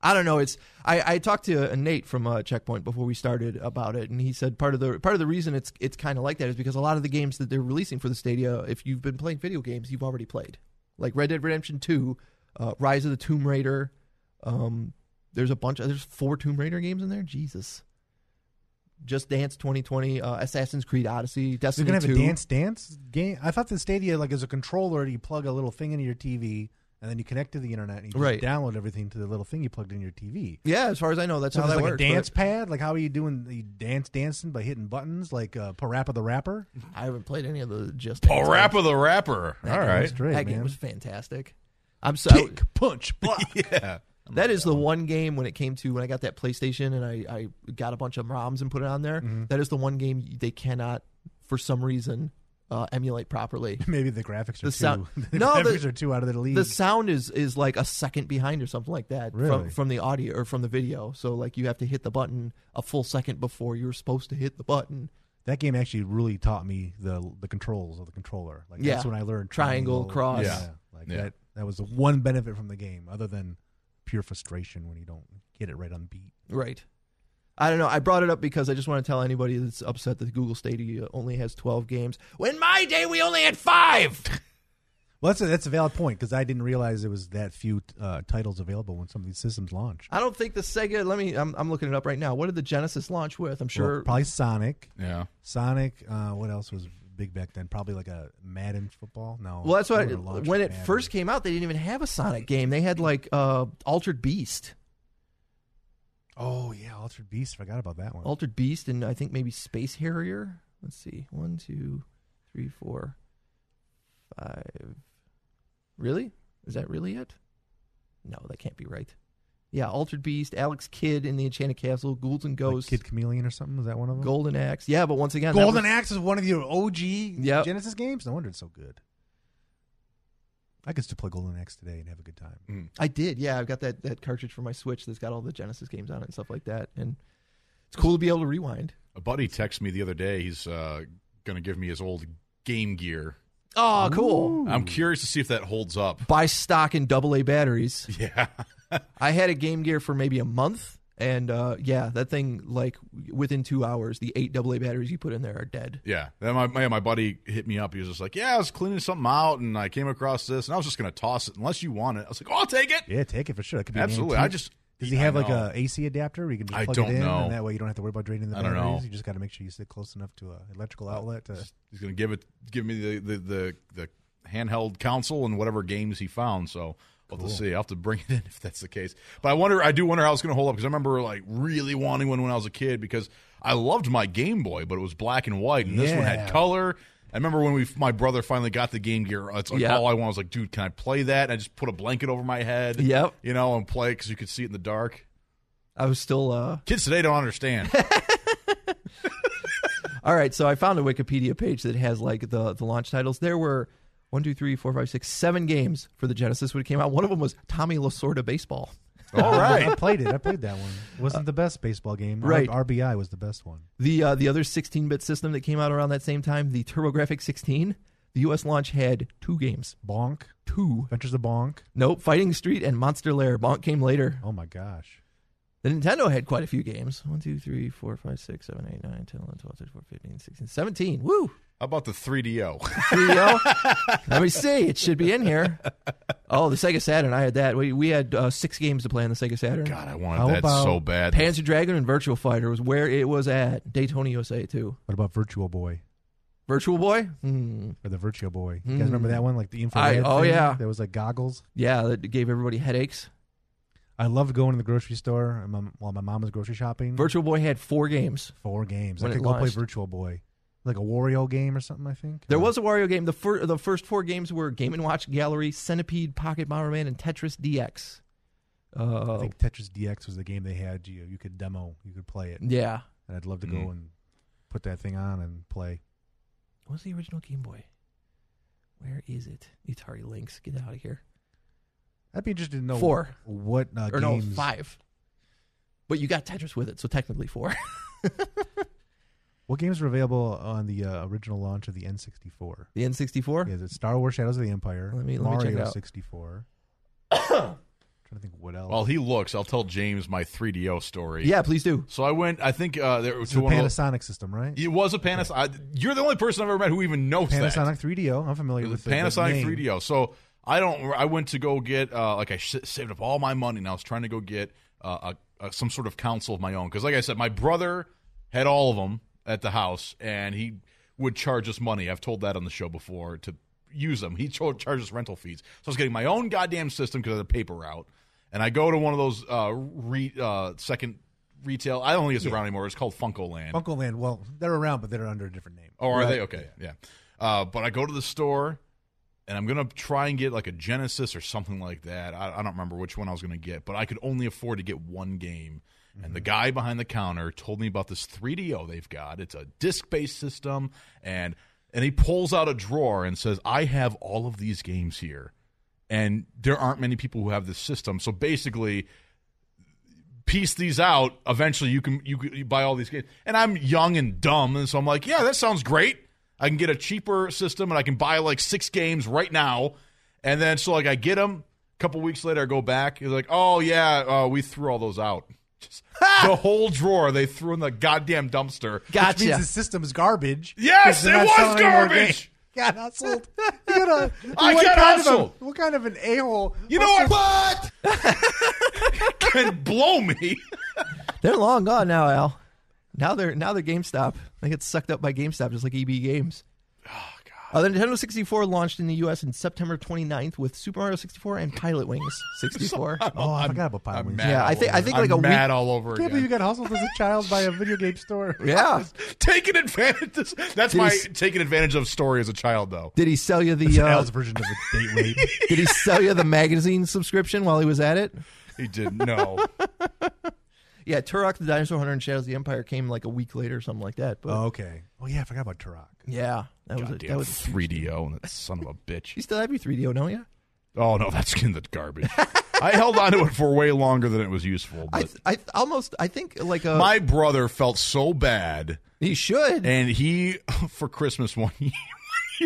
[SPEAKER 5] I don't know. It's I, I talked to uh, Nate from uh, Checkpoint before we started about it, and he said part of the part of the reason it's it's kind of like that is because a lot of the games that they're releasing for the Stadia, if you've been playing video games, you've already played, like Red Dead Redemption Two, uh, Rise of the Tomb Raider. Um, there's a bunch. Of, there's four Tomb Raider games in there. Jesus. Just Dance 2020, uh, Assassin's Creed Odyssey,
[SPEAKER 7] They're
[SPEAKER 5] Destiny
[SPEAKER 7] gonna have
[SPEAKER 5] 2.
[SPEAKER 7] a dance dance game. I thought the Stadia like is a controller. You plug a little thing into your TV, and then you connect to the internet, and you just
[SPEAKER 5] Right.
[SPEAKER 7] download everything to the little thing you plugged in your TV.
[SPEAKER 5] Yeah, as far as I know, that's
[SPEAKER 7] So
[SPEAKER 5] how
[SPEAKER 7] there's
[SPEAKER 5] that
[SPEAKER 7] like
[SPEAKER 5] works.
[SPEAKER 7] a dance
[SPEAKER 5] but
[SPEAKER 7] pad. Like how are you doing? You dance dancing by hitting buttons, like uh, Parappa the Rapper.
[SPEAKER 5] I haven't played any of the just.
[SPEAKER 6] Oh,
[SPEAKER 5] Dance
[SPEAKER 6] rapper
[SPEAKER 5] games.
[SPEAKER 6] the rapper.
[SPEAKER 5] That
[SPEAKER 6] All
[SPEAKER 5] game
[SPEAKER 6] right.
[SPEAKER 5] was-
[SPEAKER 7] Straight,
[SPEAKER 5] that game
[SPEAKER 7] man.
[SPEAKER 5] was fantastic. I'm so
[SPEAKER 7] punch, block.
[SPEAKER 6] Yeah.
[SPEAKER 5] That is the one game when it came to when I got that PlayStation and I, I got a bunch of ROMs and put it on there.
[SPEAKER 7] Mm-hmm.
[SPEAKER 5] that is the one game they cannot, for some reason, uh, emulate properly.
[SPEAKER 7] Maybe the graphics
[SPEAKER 5] The
[SPEAKER 7] are too.
[SPEAKER 5] sound-
[SPEAKER 7] the
[SPEAKER 5] No, the-
[SPEAKER 7] graphics are too out of their league.
[SPEAKER 5] The sound is is like a second behind or something like that
[SPEAKER 7] Really?
[SPEAKER 5] from from the audio or from the video. So like you have to hit the button a full second before you're supposed to hit the button.
[SPEAKER 7] that game actually really taught me the the controls of the controller. Like that's
[SPEAKER 5] Yeah.
[SPEAKER 7] when I learned
[SPEAKER 5] Triangle, cross.
[SPEAKER 7] Yeah,
[SPEAKER 6] Yeah.
[SPEAKER 7] like
[SPEAKER 6] Yeah.
[SPEAKER 7] that. That was the one benefit from the game, other than pure frustration when you don't get it right on beat.
[SPEAKER 5] Right. I don't know. I brought it up because I just want to tell anybody that's upset that Google Stadia only has 12 games. When my day we only had 5.
[SPEAKER 7] Well, that's a, that's a valid point because I didn't realize there was that few uh, titles available when some of these systems launched.
[SPEAKER 5] I don't think the Sega. Let me. I'm, I'm looking it up right now. What did the Genesis launch with? I'm sure.
[SPEAKER 7] Well, probably Sonic.
[SPEAKER 6] Yeah.
[SPEAKER 7] Sonic. Uh, what else was big back then? Probably like a Madden football. No.
[SPEAKER 5] well, that's what
[SPEAKER 7] they would've launched
[SPEAKER 5] when it
[SPEAKER 7] with Madden.
[SPEAKER 5] first came out, they didn't even have a Sonic game. They had like uh, Altered Beast,
[SPEAKER 7] Oh yeah, Altered Beast. Forgot about that one.
[SPEAKER 5] Altered Beast, and I think maybe Space Harrier. Let's see, one, two, three, four, five. Really? Is that really it? No, that can't be right. Yeah, Altered Beast, Alex Kidd in the Enchanted Castle, Ghouls and
[SPEAKER 7] Like
[SPEAKER 5] Ghosts,
[SPEAKER 7] Kid Chameleon or something. Was that one of them?
[SPEAKER 5] Golden Axe. Yeah, but once again, that
[SPEAKER 7] Golden
[SPEAKER 5] was-
[SPEAKER 7] Axe is one of your OG
[SPEAKER 5] Yep.
[SPEAKER 7] Genesis games. No wonder it's so good. I could still play Golden Axe today and have a good time.
[SPEAKER 5] I did, yeah. I've got that, that cartridge for my Switch that's got all the Genesis games on it and stuff like that. And it's cool to be able to rewind.
[SPEAKER 6] A buddy texted me the other day. He's uh, going to give me his old Game Gear.
[SPEAKER 5] Oh, cool.
[SPEAKER 6] I'm curious to see if that holds up.
[SPEAKER 5] Buy stock in AA batteries.
[SPEAKER 6] Yeah.
[SPEAKER 5] I had a Game Gear for maybe a month. And uh, yeah, that thing, like within two hours, the eight AA batteries you put in there are dead.
[SPEAKER 6] Yeah. Then my, my my buddy hit me up. He was just like, "Yeah, I was cleaning something out, and I came across this, and I was just going to toss it unless you want it." I was like, "Oh, I'll take it."
[SPEAKER 7] Yeah, take it for sure. That could be an
[SPEAKER 6] Absolutely. I
[SPEAKER 7] antique.
[SPEAKER 6] just
[SPEAKER 7] Does he
[SPEAKER 6] I
[SPEAKER 7] have like
[SPEAKER 6] know.
[SPEAKER 7] a AC adapter where you can just
[SPEAKER 6] I
[SPEAKER 7] plug
[SPEAKER 6] don't
[SPEAKER 7] it in,
[SPEAKER 6] know.
[SPEAKER 7] and that way you don't have to worry about draining the
[SPEAKER 6] I don't
[SPEAKER 7] batteries?
[SPEAKER 6] know. Uh,
[SPEAKER 7] You just got to make sure you sit close enough to a electrical outlet. To,
[SPEAKER 6] He's going to give it give me the the the, the handheld console and whatever games he found. So. We'll have to see. I'll have to bring it in if that's the case. But I wonder. I do wonder how it's going to hold up because I remember like really wanting one when I was a kid because I loved my Game Boy, but it was black and white, and this one
[SPEAKER 7] Yeah.
[SPEAKER 6] had color. I remember when we my brother finally got the Game Gear. It's like
[SPEAKER 5] Yeah.
[SPEAKER 6] all I wanted was like, dude, can I play that? And I just put a blanket over my head.
[SPEAKER 5] Yep.
[SPEAKER 6] You know, and play because you could see it in the dark.
[SPEAKER 5] I was still. Uh...
[SPEAKER 6] Kids today don't understand.
[SPEAKER 5] All right, so I found a Wikipedia page that has like the, the launch titles. There were one, two, three, four, five, six, seven games for the Genesis when it came out. One of them was Tommy Lasorda Baseball.
[SPEAKER 6] all right. Uh,
[SPEAKER 7] I played it. I played that one. It wasn't the best baseball game. R-
[SPEAKER 5] right.
[SPEAKER 7] RBI was the best one.
[SPEAKER 5] The uh, the other 16-bit system that came out around that same time, the TurboGrafx-16, the U.S. launch had two games.
[SPEAKER 7] Bonk.
[SPEAKER 5] Two.
[SPEAKER 7] Adventures of Bonk.
[SPEAKER 5] Nope, Fighting Street and Monster Lair. Bonk came later.
[SPEAKER 7] Oh my gosh.
[SPEAKER 5] The Nintendo had quite a few games. 1, 2, 3, 4, 5, 6, 7, 8, 9, 10, 11, 12, 13, 14, 15, 16, 17. Woo!
[SPEAKER 6] How about the 3DO?
[SPEAKER 5] 3DO. Let me see. It should be in here. Oh, the Sega Saturn. I had that. We, we had uh, six games to play on the Sega Saturn.
[SPEAKER 6] God, I wanted
[SPEAKER 7] How
[SPEAKER 6] that
[SPEAKER 7] about
[SPEAKER 6] so bad.
[SPEAKER 5] Panzer Dragon and Virtual Fighter was where it was at. Daytona USA, too.
[SPEAKER 7] What about Virtual Boy?
[SPEAKER 5] Virtual Boy? Hmm.
[SPEAKER 7] Or the Virtual Boy? You guys
[SPEAKER 6] Hmm.
[SPEAKER 7] remember that one? Like the
[SPEAKER 5] I-
[SPEAKER 7] infrared.
[SPEAKER 5] oh,
[SPEAKER 7] thing
[SPEAKER 5] yeah.
[SPEAKER 7] That was like goggles.
[SPEAKER 5] Yeah, that gave everybody headaches.
[SPEAKER 7] I loved going to the grocery store and my- while my mom was grocery shopping.
[SPEAKER 5] Virtual Boy had four games.
[SPEAKER 7] four games.
[SPEAKER 5] When
[SPEAKER 7] I
[SPEAKER 5] it
[SPEAKER 7] could go play
[SPEAKER 5] launched.
[SPEAKER 7] Virtual Boy, like a Wario game or something. I think
[SPEAKER 5] There
[SPEAKER 7] Uh,
[SPEAKER 5] was a Wario game. The, fir- the first four games were Game and Watch Gallery, Centipede, Pocket Bomberman, and Tetris DX.
[SPEAKER 7] I
[SPEAKER 5] Uh,
[SPEAKER 7] think Tetris DX was the game they had. You you could demo, you could play it,
[SPEAKER 5] yeah.
[SPEAKER 7] and I'd love to
[SPEAKER 6] Mm.
[SPEAKER 7] go and put that thing on and play.
[SPEAKER 5] What was the original Game Boy? Where is it? Atari Lynx. Get out of here.
[SPEAKER 7] I'd be interested to know
[SPEAKER 5] Four.
[SPEAKER 7] what uh,
[SPEAKER 5] or
[SPEAKER 7] games.
[SPEAKER 5] no, five. But you got Tetris with it, so technically four.
[SPEAKER 7] What games were available on the uh, original launch of the N64?
[SPEAKER 5] The N64?
[SPEAKER 7] Yeah, is it Star Wars: Shadows of the Empire?
[SPEAKER 5] Let me- let me
[SPEAKER 7] Mario
[SPEAKER 5] check it out.
[SPEAKER 7] 64. trying to think what else.
[SPEAKER 6] While he looks, I'll tell James my 3DO story.
[SPEAKER 5] Yeah, please do.
[SPEAKER 6] So I went. I think uh, there was
[SPEAKER 7] it's the
[SPEAKER 6] one. of
[SPEAKER 7] Panasonic system, right?
[SPEAKER 6] the- It was a Panasonic. I- You're the only person I've ever met who even knows
[SPEAKER 7] Panasonic 3DO. I'm
[SPEAKER 6] that.
[SPEAKER 7] familiar
[SPEAKER 6] It was
[SPEAKER 7] with
[SPEAKER 6] the
[SPEAKER 7] the
[SPEAKER 6] Panasonic
[SPEAKER 7] 3DO.
[SPEAKER 6] 3DO. So I don't. I went to go get uh, like I sh- saved up all my money and I was trying to go get uh, a, a, some sort of console of my own because, like I said, my brother had all of them at the house, and he would charge us money. I've told that on the show before to use them. He cho- charges rental fees, so I was getting my own goddamn system because I had a paper route, and I go to one of those uh, re- uh, second retail. I don't think it's around anymore. It's called Funko Land.
[SPEAKER 7] Funko Land. Well, they're around, but they're under a different name.
[SPEAKER 6] Oh, are they okay? Yeah. Uh, but I go to the store, and I'm gonna try and get like a Genesis or something like that. I, I don't remember which one I was gonna get, but I could only afford to get one game. And the guy behind the counter told me about this 3DO they've got. It's a disc-based system, and and he pulls out a drawer and says, "I have all of these games here." And there aren't many people who have this system. So basically, piece these out. Eventually, you can you, can- you buy all these games. And I'm young and dumb, and so I'm like, yeah, that sounds great. I can get a cheaper system, and I can buy like six games right now. And then so like I get them. A couple weeks later, I go back. He's like, oh yeah, uh, we threw all those out. Just the whole drawer they threw in the goddamn dumpster.
[SPEAKER 7] Which means the system is garbage.
[SPEAKER 6] Yes,
[SPEAKER 7] because they're
[SPEAKER 6] it
[SPEAKER 7] not
[SPEAKER 6] was
[SPEAKER 7] selling any more
[SPEAKER 6] garbage!
[SPEAKER 7] games. Got hustled. You got a,
[SPEAKER 6] I
[SPEAKER 7] what
[SPEAKER 6] got
[SPEAKER 7] kind
[SPEAKER 6] hustled.
[SPEAKER 7] Of a, what kind of an a hole?
[SPEAKER 6] You know what? What? Can blow me.
[SPEAKER 5] They're long gone now, Al. Now they're now they're GameStop. They get sucked up by GameStop just like EB Games. Oh, God. Uh, the Nintendo 64 launched in the U.S. on September 29th with Super Mario 64 and Pilot Wings 64.
[SPEAKER 7] Oh, I forgot about Pine Wings.
[SPEAKER 6] mad
[SPEAKER 5] Yeah, I
[SPEAKER 6] all
[SPEAKER 5] think- I
[SPEAKER 6] over.
[SPEAKER 5] think like
[SPEAKER 6] I'm
[SPEAKER 5] a
[SPEAKER 6] mad
[SPEAKER 5] week-
[SPEAKER 6] all over
[SPEAKER 7] I can't
[SPEAKER 6] again.
[SPEAKER 7] believe you got hustled as a child by a video game store.
[SPEAKER 5] yeah.
[SPEAKER 6] taking advantage. That's
[SPEAKER 5] Did
[SPEAKER 6] my
[SPEAKER 5] he s-
[SPEAKER 6] taking advantage of story as a child, though.
[SPEAKER 5] Did he sell you the
[SPEAKER 7] It's Al's
[SPEAKER 5] uh,
[SPEAKER 7] version of a date rape.
[SPEAKER 5] Did he sell you the magazine subscription while he was at it?
[SPEAKER 6] He didn't know.
[SPEAKER 5] Yeah, Turok the Dinosaur Hunter and Shadows of the Empire came like a week later or something like that. But
[SPEAKER 7] oh, okay. Oh yeah, I forgot about Turok.
[SPEAKER 5] yeah, that was a,
[SPEAKER 6] Goddamn
[SPEAKER 5] that was.
[SPEAKER 6] 3DO and that son of a bitch.
[SPEAKER 5] You still have your 3DO, don't you?
[SPEAKER 6] Oh no, that's in the garbage. I held on to it for way longer than it was useful.
[SPEAKER 5] I
[SPEAKER 6] But
[SPEAKER 5] th- I th- almost I think like a
[SPEAKER 6] my brother felt so bad,
[SPEAKER 5] he should.
[SPEAKER 6] and he for Christmas one year.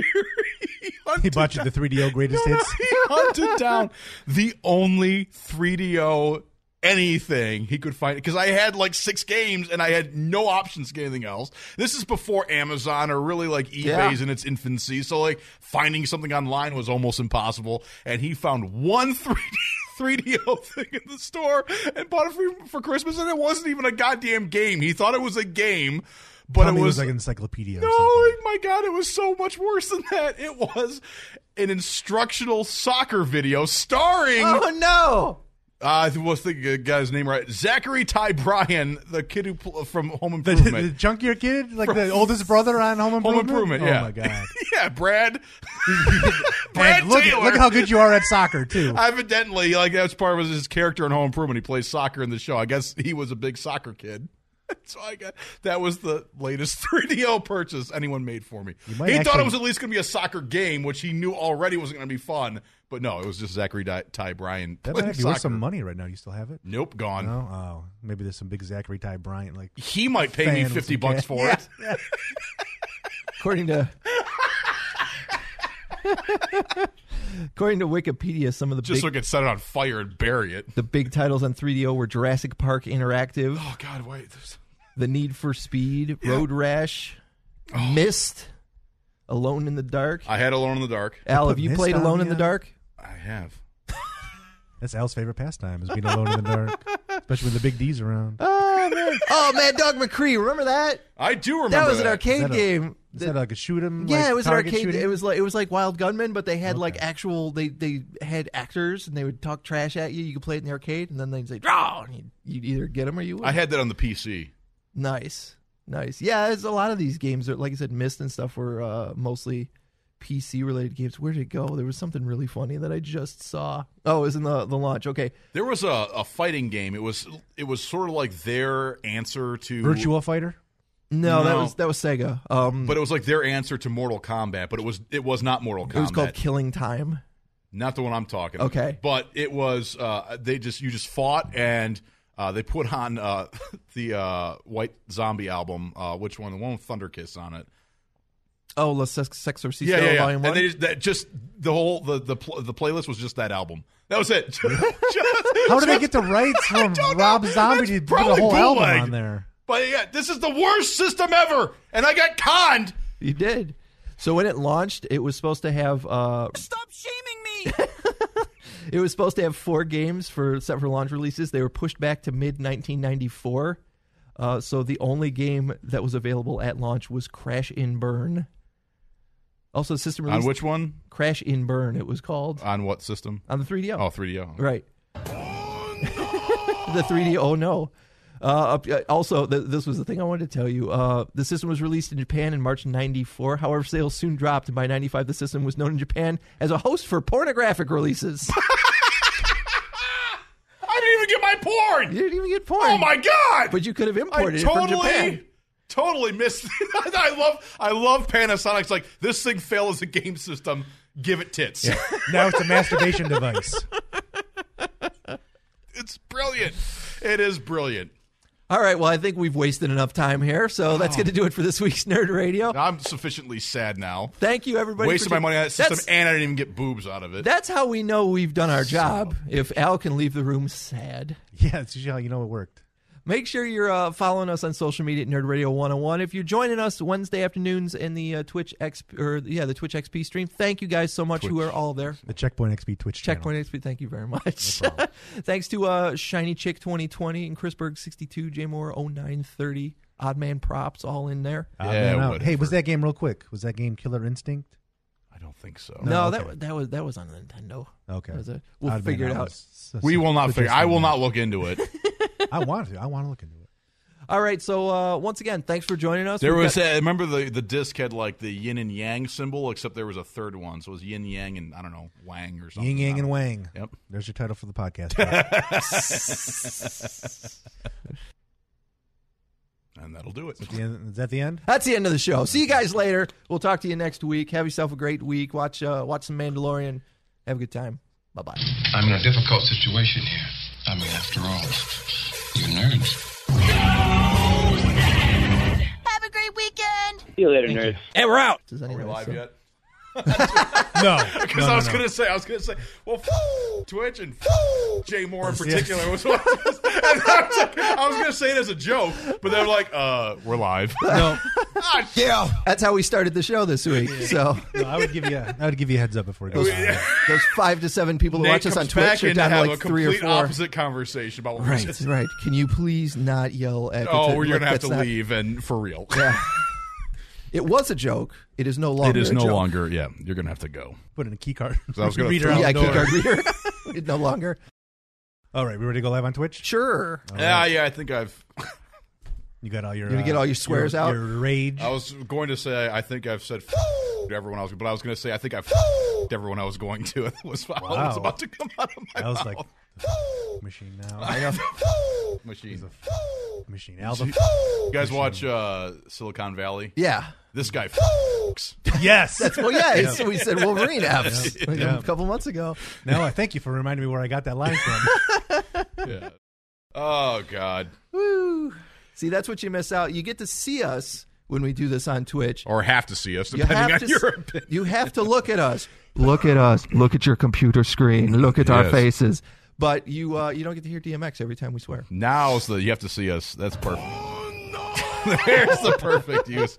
[SPEAKER 6] He, hunted
[SPEAKER 7] He bought you the 3DO greatest
[SPEAKER 6] No, no,
[SPEAKER 7] hits.
[SPEAKER 6] he hunted down the only 3DO anything he could find because I had like six games and I had no options to get anything else. This is before Amazon or really like eBay's
[SPEAKER 5] Yeah.
[SPEAKER 6] in its infancy, so like finding something online was almost impossible. And he found one 3D. 3DO thing in the store and bought it for, for Christmas, and it wasn't even a goddamn game. He thought it was a game, but
[SPEAKER 7] Tell
[SPEAKER 6] it
[SPEAKER 7] me
[SPEAKER 6] was
[SPEAKER 7] like an encyclopedia.
[SPEAKER 6] no, oh
[SPEAKER 7] or something.
[SPEAKER 6] my God, it was so much worse than that. It was an instructional soccer video starring, uh,
[SPEAKER 5] Oh no!
[SPEAKER 6] I was thinking of the guy's name right, Zachary Ty Bryan, the kid who pl- from Home
[SPEAKER 7] The,
[SPEAKER 6] Improvement.
[SPEAKER 7] the junkier kid, like the oldest brother on Home Improvement.
[SPEAKER 6] Home Improvement, yeah.
[SPEAKER 7] Oh my god.
[SPEAKER 6] yeah, Brad. Brad
[SPEAKER 7] And look,
[SPEAKER 6] Taylor.
[SPEAKER 7] look how good you are at soccer too.
[SPEAKER 6] Evidently, like that's part of his character in Home Improvement. He plays soccer in the show. I guess he was a big soccer kid. So I got that was the latest 3DO purchase anyone made for me. He thought
[SPEAKER 7] might
[SPEAKER 6] it
[SPEAKER 7] actually-
[SPEAKER 6] was at least going to be a soccer game, which he knew already wasn't going to be fun. But no, it was just Zachary Di- Ty Bryan
[SPEAKER 7] That might
[SPEAKER 6] playing
[SPEAKER 7] actually
[SPEAKER 6] soccer.
[SPEAKER 7] worth some money right now. You still have it?
[SPEAKER 6] Nope, gone.
[SPEAKER 7] No. Oh, maybe there's some big Zachary Ty Bryant like.
[SPEAKER 6] He might pay
[SPEAKER 7] fan
[SPEAKER 6] me
[SPEAKER 7] with
[SPEAKER 6] 50
[SPEAKER 7] some
[SPEAKER 6] bucks
[SPEAKER 7] cash.
[SPEAKER 6] for it.
[SPEAKER 5] According to according to Wikipedia, some of the
[SPEAKER 6] Just
[SPEAKER 5] big
[SPEAKER 6] so I could set it on fire and bury it.
[SPEAKER 5] the big titles on 3DO were Jurassic Park Interactive,
[SPEAKER 6] Oh god, wait. There's-
[SPEAKER 5] The Need for Speed, Road Rash,
[SPEAKER 6] Oh.
[SPEAKER 5] Mist, Alone in the Dark.
[SPEAKER 6] I had Alone in the Dark.
[SPEAKER 5] Al,
[SPEAKER 7] put
[SPEAKER 5] have you
[SPEAKER 7] Myst
[SPEAKER 5] played
[SPEAKER 7] on
[SPEAKER 5] Alone in
[SPEAKER 7] ya?
[SPEAKER 5] the Dark?
[SPEAKER 6] I have.
[SPEAKER 7] That's Al's favorite pastime is being alone in the dark, especially when the big D's around.
[SPEAKER 5] Oh man! oh man, Dog McCree, remember that?
[SPEAKER 6] I do remember
[SPEAKER 5] That
[SPEAKER 6] that.
[SPEAKER 5] was an arcade
[SPEAKER 7] Is that a-
[SPEAKER 5] game.
[SPEAKER 7] Is that like a shoot 'em?
[SPEAKER 5] yeah,
[SPEAKER 7] like,
[SPEAKER 5] it was an
[SPEAKER 7] target
[SPEAKER 5] arcade.
[SPEAKER 7] shooting?
[SPEAKER 5] It was like it was like Wild Gunman, but they had like actual. They they had actors and they would talk trash at you. You could play it in the arcade, and then they'd say draw, and you'd, you'd either get them or you would.
[SPEAKER 6] I had that on the PC.
[SPEAKER 5] nice, nice. Yeah, it's a lot of these games. That, like I said, Myst and stuff were uh, mostly PC related games. Where did it go? There was something really funny that I just saw. Oh, it was in the the launch. Okay,
[SPEAKER 6] There was a, a fighting game. It was it was sort of like their answer to
[SPEAKER 7] Virtual Fighter.
[SPEAKER 5] no, that
[SPEAKER 6] No.
[SPEAKER 5] was that was Sega. Um,
[SPEAKER 6] but it was like their answer to Mortal Kombat. But it was it was not Mortal Kombat.
[SPEAKER 5] it was called Killing Time.
[SPEAKER 6] not the one I'm talking.
[SPEAKER 5] Okay.
[SPEAKER 6] about. but it was uh, they just you just fought and uh, they put on uh, the uh, White Zombie album. Uh, which one? The one with Thunder Kiss on it.
[SPEAKER 5] Oh, La Sex Exorcista
[SPEAKER 6] Yeah, yeah, yeah.
[SPEAKER 5] Volume
[SPEAKER 6] And
[SPEAKER 5] One.
[SPEAKER 6] they just, that just the whole the the pl- the playlist was just that album. That was it. Just-
[SPEAKER 7] How did they get the rights from
[SPEAKER 6] don't know.
[SPEAKER 7] Rob Zombie to
[SPEAKER 6] That's
[SPEAKER 7] put a
[SPEAKER 6] probably
[SPEAKER 7] whole album
[SPEAKER 6] bootleg.
[SPEAKER 7] on there?
[SPEAKER 6] but yeah, this is the worst system ever, and I got conned.
[SPEAKER 5] You did. So when it launched, it was supposed to have uh,
[SPEAKER 3] Stop shaming me!
[SPEAKER 5] it was supposed to have four games for set for launch releases. They were pushed back to mid 1994. Uh, so the only game that was available at launch was Crash in Burn. Also, the system
[SPEAKER 6] On
[SPEAKER 5] released
[SPEAKER 6] which one?
[SPEAKER 5] Crash in Burn. It was called
[SPEAKER 6] On what system?
[SPEAKER 5] on the 3DO.
[SPEAKER 6] Oh, 3DO.
[SPEAKER 5] Right. the 3D. Oh no. Uh, up- uh, also, th- this was the thing I wanted to tell you. Uh, the system was released in Japan in March '94. However, sales soon dropped, and by '95, the system was known in Japan as a host for pornographic releases.
[SPEAKER 6] I didn't even get my porn.
[SPEAKER 5] you didn't even get porn.
[SPEAKER 6] Oh my god!
[SPEAKER 5] But you could have
[SPEAKER 6] I
[SPEAKER 5] imported it from Japan.
[SPEAKER 6] totally, totally missed. I love, I love Panasonic's. Like this thing failed as a game system. Give it tits.
[SPEAKER 7] Now it's a masturbation device.
[SPEAKER 6] It's brilliant. It is brilliant.
[SPEAKER 5] All right. Well, I think we've wasted enough time here, so that's going to do it for this week's Nerd Radio.
[SPEAKER 6] I'm sufficiently sad now.
[SPEAKER 5] Thank you, everybody.
[SPEAKER 6] Wasted
[SPEAKER 5] for-
[SPEAKER 6] my money on that system,
[SPEAKER 5] That's-
[SPEAKER 6] and I didn't even get boobs out of it.
[SPEAKER 5] That's how we know we've done our job. If Al can leave the room sad.
[SPEAKER 7] Yeah, that's usually how you know it worked.
[SPEAKER 5] Make sure you're uh, following us on social media at Nerd Radio 101. If you're joining us Wednesday afternoons in the uh, Twitch XP or yeah, the Twitch XP stream, thank you guys so much who are all there.
[SPEAKER 7] The Checkpoint XP Twitch channel.
[SPEAKER 5] Checkpoint XP, thank you very much. Thanks to uh, Shiny Chick 2020 and Chrisberg62, J Moore 0930, Oddman Props, all in there.
[SPEAKER 7] Ah,
[SPEAKER 6] Yeah,
[SPEAKER 7] man, out. Hey,
[SPEAKER 6] whatever.
[SPEAKER 7] was that game real quick? Was that game Killer Instinct?
[SPEAKER 6] I don't think so.
[SPEAKER 5] No,
[SPEAKER 7] okay.
[SPEAKER 5] that wa- that was that was on Nintendo.
[SPEAKER 7] Okay.
[SPEAKER 5] That was a- we'll
[SPEAKER 7] Oddman
[SPEAKER 5] figure it
[SPEAKER 7] Out
[SPEAKER 5] out.
[SPEAKER 7] was s-
[SPEAKER 6] We
[SPEAKER 7] s-
[SPEAKER 6] will not figure. I
[SPEAKER 7] suggesting
[SPEAKER 6] will
[SPEAKER 7] that.
[SPEAKER 6] not look into it.
[SPEAKER 7] I want to. I want to look into it. All
[SPEAKER 5] All right, so uh, once again, thanks for joining us.
[SPEAKER 6] There
[SPEAKER 5] We've
[SPEAKER 6] was.
[SPEAKER 5] got-
[SPEAKER 6] a- remember the the disc had like the yin and yang symbol, except there was a third one, so it was yin yang and I don't know wang or something.
[SPEAKER 7] Yin Yang
[SPEAKER 6] I
[SPEAKER 7] and
[SPEAKER 6] don't-
[SPEAKER 7] Wang.
[SPEAKER 6] Yep.
[SPEAKER 7] There's your title for the podcast.
[SPEAKER 6] And that'll do it.
[SPEAKER 7] Yeah, Is that the end?
[SPEAKER 5] That's the end of the show. See you guys later. We'll talk to you next week. Have yourself a great week. Watch uh, watch some Mandalorian. Have a good time. Bye bye.
[SPEAKER 12] I'm in a difficult situation here. I mean, after all, you nerds.
[SPEAKER 13] Have a great weekend.
[SPEAKER 1] See you later, nerds.
[SPEAKER 5] And we're out.
[SPEAKER 6] Are we live yet?
[SPEAKER 7] No.
[SPEAKER 6] Because I was gonna say, I was gonna say, well, Twitch and Jay Moore in particular was what. and I, was like, I was gonna say it as a joke, but they're like, uh, we're live.
[SPEAKER 7] No.
[SPEAKER 6] Ah,
[SPEAKER 5] Yeah, that's how we started the show this week. So
[SPEAKER 7] no, I would give you. A, I would give you a heads up before it goes. on.
[SPEAKER 5] those five to seven people who
[SPEAKER 6] Nate
[SPEAKER 5] watch us on
[SPEAKER 6] comes back
[SPEAKER 5] Twitch are
[SPEAKER 6] in to
[SPEAKER 5] down to
[SPEAKER 6] have
[SPEAKER 5] like
[SPEAKER 6] a
[SPEAKER 5] three or
[SPEAKER 6] complete
[SPEAKER 5] four.
[SPEAKER 6] opposite conversation about what we
[SPEAKER 5] Right,
[SPEAKER 6] just-
[SPEAKER 5] right. Can you please not yell at?
[SPEAKER 6] Oh,
[SPEAKER 5] like,
[SPEAKER 6] you're gonna have
[SPEAKER 5] that's
[SPEAKER 6] to
[SPEAKER 5] not-
[SPEAKER 6] leave, and for real,
[SPEAKER 5] Yeah. It was a joke. It is no longer.
[SPEAKER 6] it is
[SPEAKER 5] a
[SPEAKER 6] no
[SPEAKER 5] joke.
[SPEAKER 6] longer. Yeah, you're gonna have to go.
[SPEAKER 7] Put in a key card.
[SPEAKER 6] So I was gonna
[SPEAKER 7] Read
[SPEAKER 6] throw-
[SPEAKER 7] her out
[SPEAKER 5] Yeah,
[SPEAKER 7] the
[SPEAKER 5] kick
[SPEAKER 7] door.
[SPEAKER 5] our rear. It no longer.
[SPEAKER 7] All right, we ready to go live on Twitch?
[SPEAKER 5] Sure.
[SPEAKER 6] Yeah, yeah. I think I've.
[SPEAKER 7] You got all your.
[SPEAKER 5] You gonna get
[SPEAKER 7] uh,
[SPEAKER 5] all your swears out?
[SPEAKER 7] Your rage.
[SPEAKER 6] I was going to say I think I've said to everyone else, but I was going to say I think I've to everyone I was going to. It was, wow.
[SPEAKER 7] Wow.
[SPEAKER 6] about to come out of my
[SPEAKER 7] I was
[SPEAKER 6] mouth.
[SPEAKER 7] like, the machine now. I
[SPEAKER 6] machine.
[SPEAKER 7] machine. Al the
[SPEAKER 6] You guys watch uh, Silicon Valley?
[SPEAKER 5] Yeah.
[SPEAKER 6] This guy f***s.
[SPEAKER 7] yes.
[SPEAKER 5] Well, yeah. it's- We said Wolverine F's like,
[SPEAKER 7] Yeah.
[SPEAKER 5] a couple months ago.
[SPEAKER 7] no, I thank you for reminding me where I got that line from.
[SPEAKER 6] Yeah. Oh God.
[SPEAKER 5] Woo. See, that's what you miss out. You get to see us when we do this on Twitch.
[SPEAKER 6] Or have to see us
[SPEAKER 5] You
[SPEAKER 6] depending
[SPEAKER 5] have,
[SPEAKER 6] on
[SPEAKER 5] to,
[SPEAKER 6] your
[SPEAKER 5] s-
[SPEAKER 6] opinion.
[SPEAKER 5] you have to look at us. Look at us. Look at your computer screen. Look at our
[SPEAKER 6] Yes.
[SPEAKER 5] faces. But you uh, you don't get to hear DMX every time we swear.
[SPEAKER 7] Oh,
[SPEAKER 6] Now's the you have to see us. That's perfect. There's the perfect use.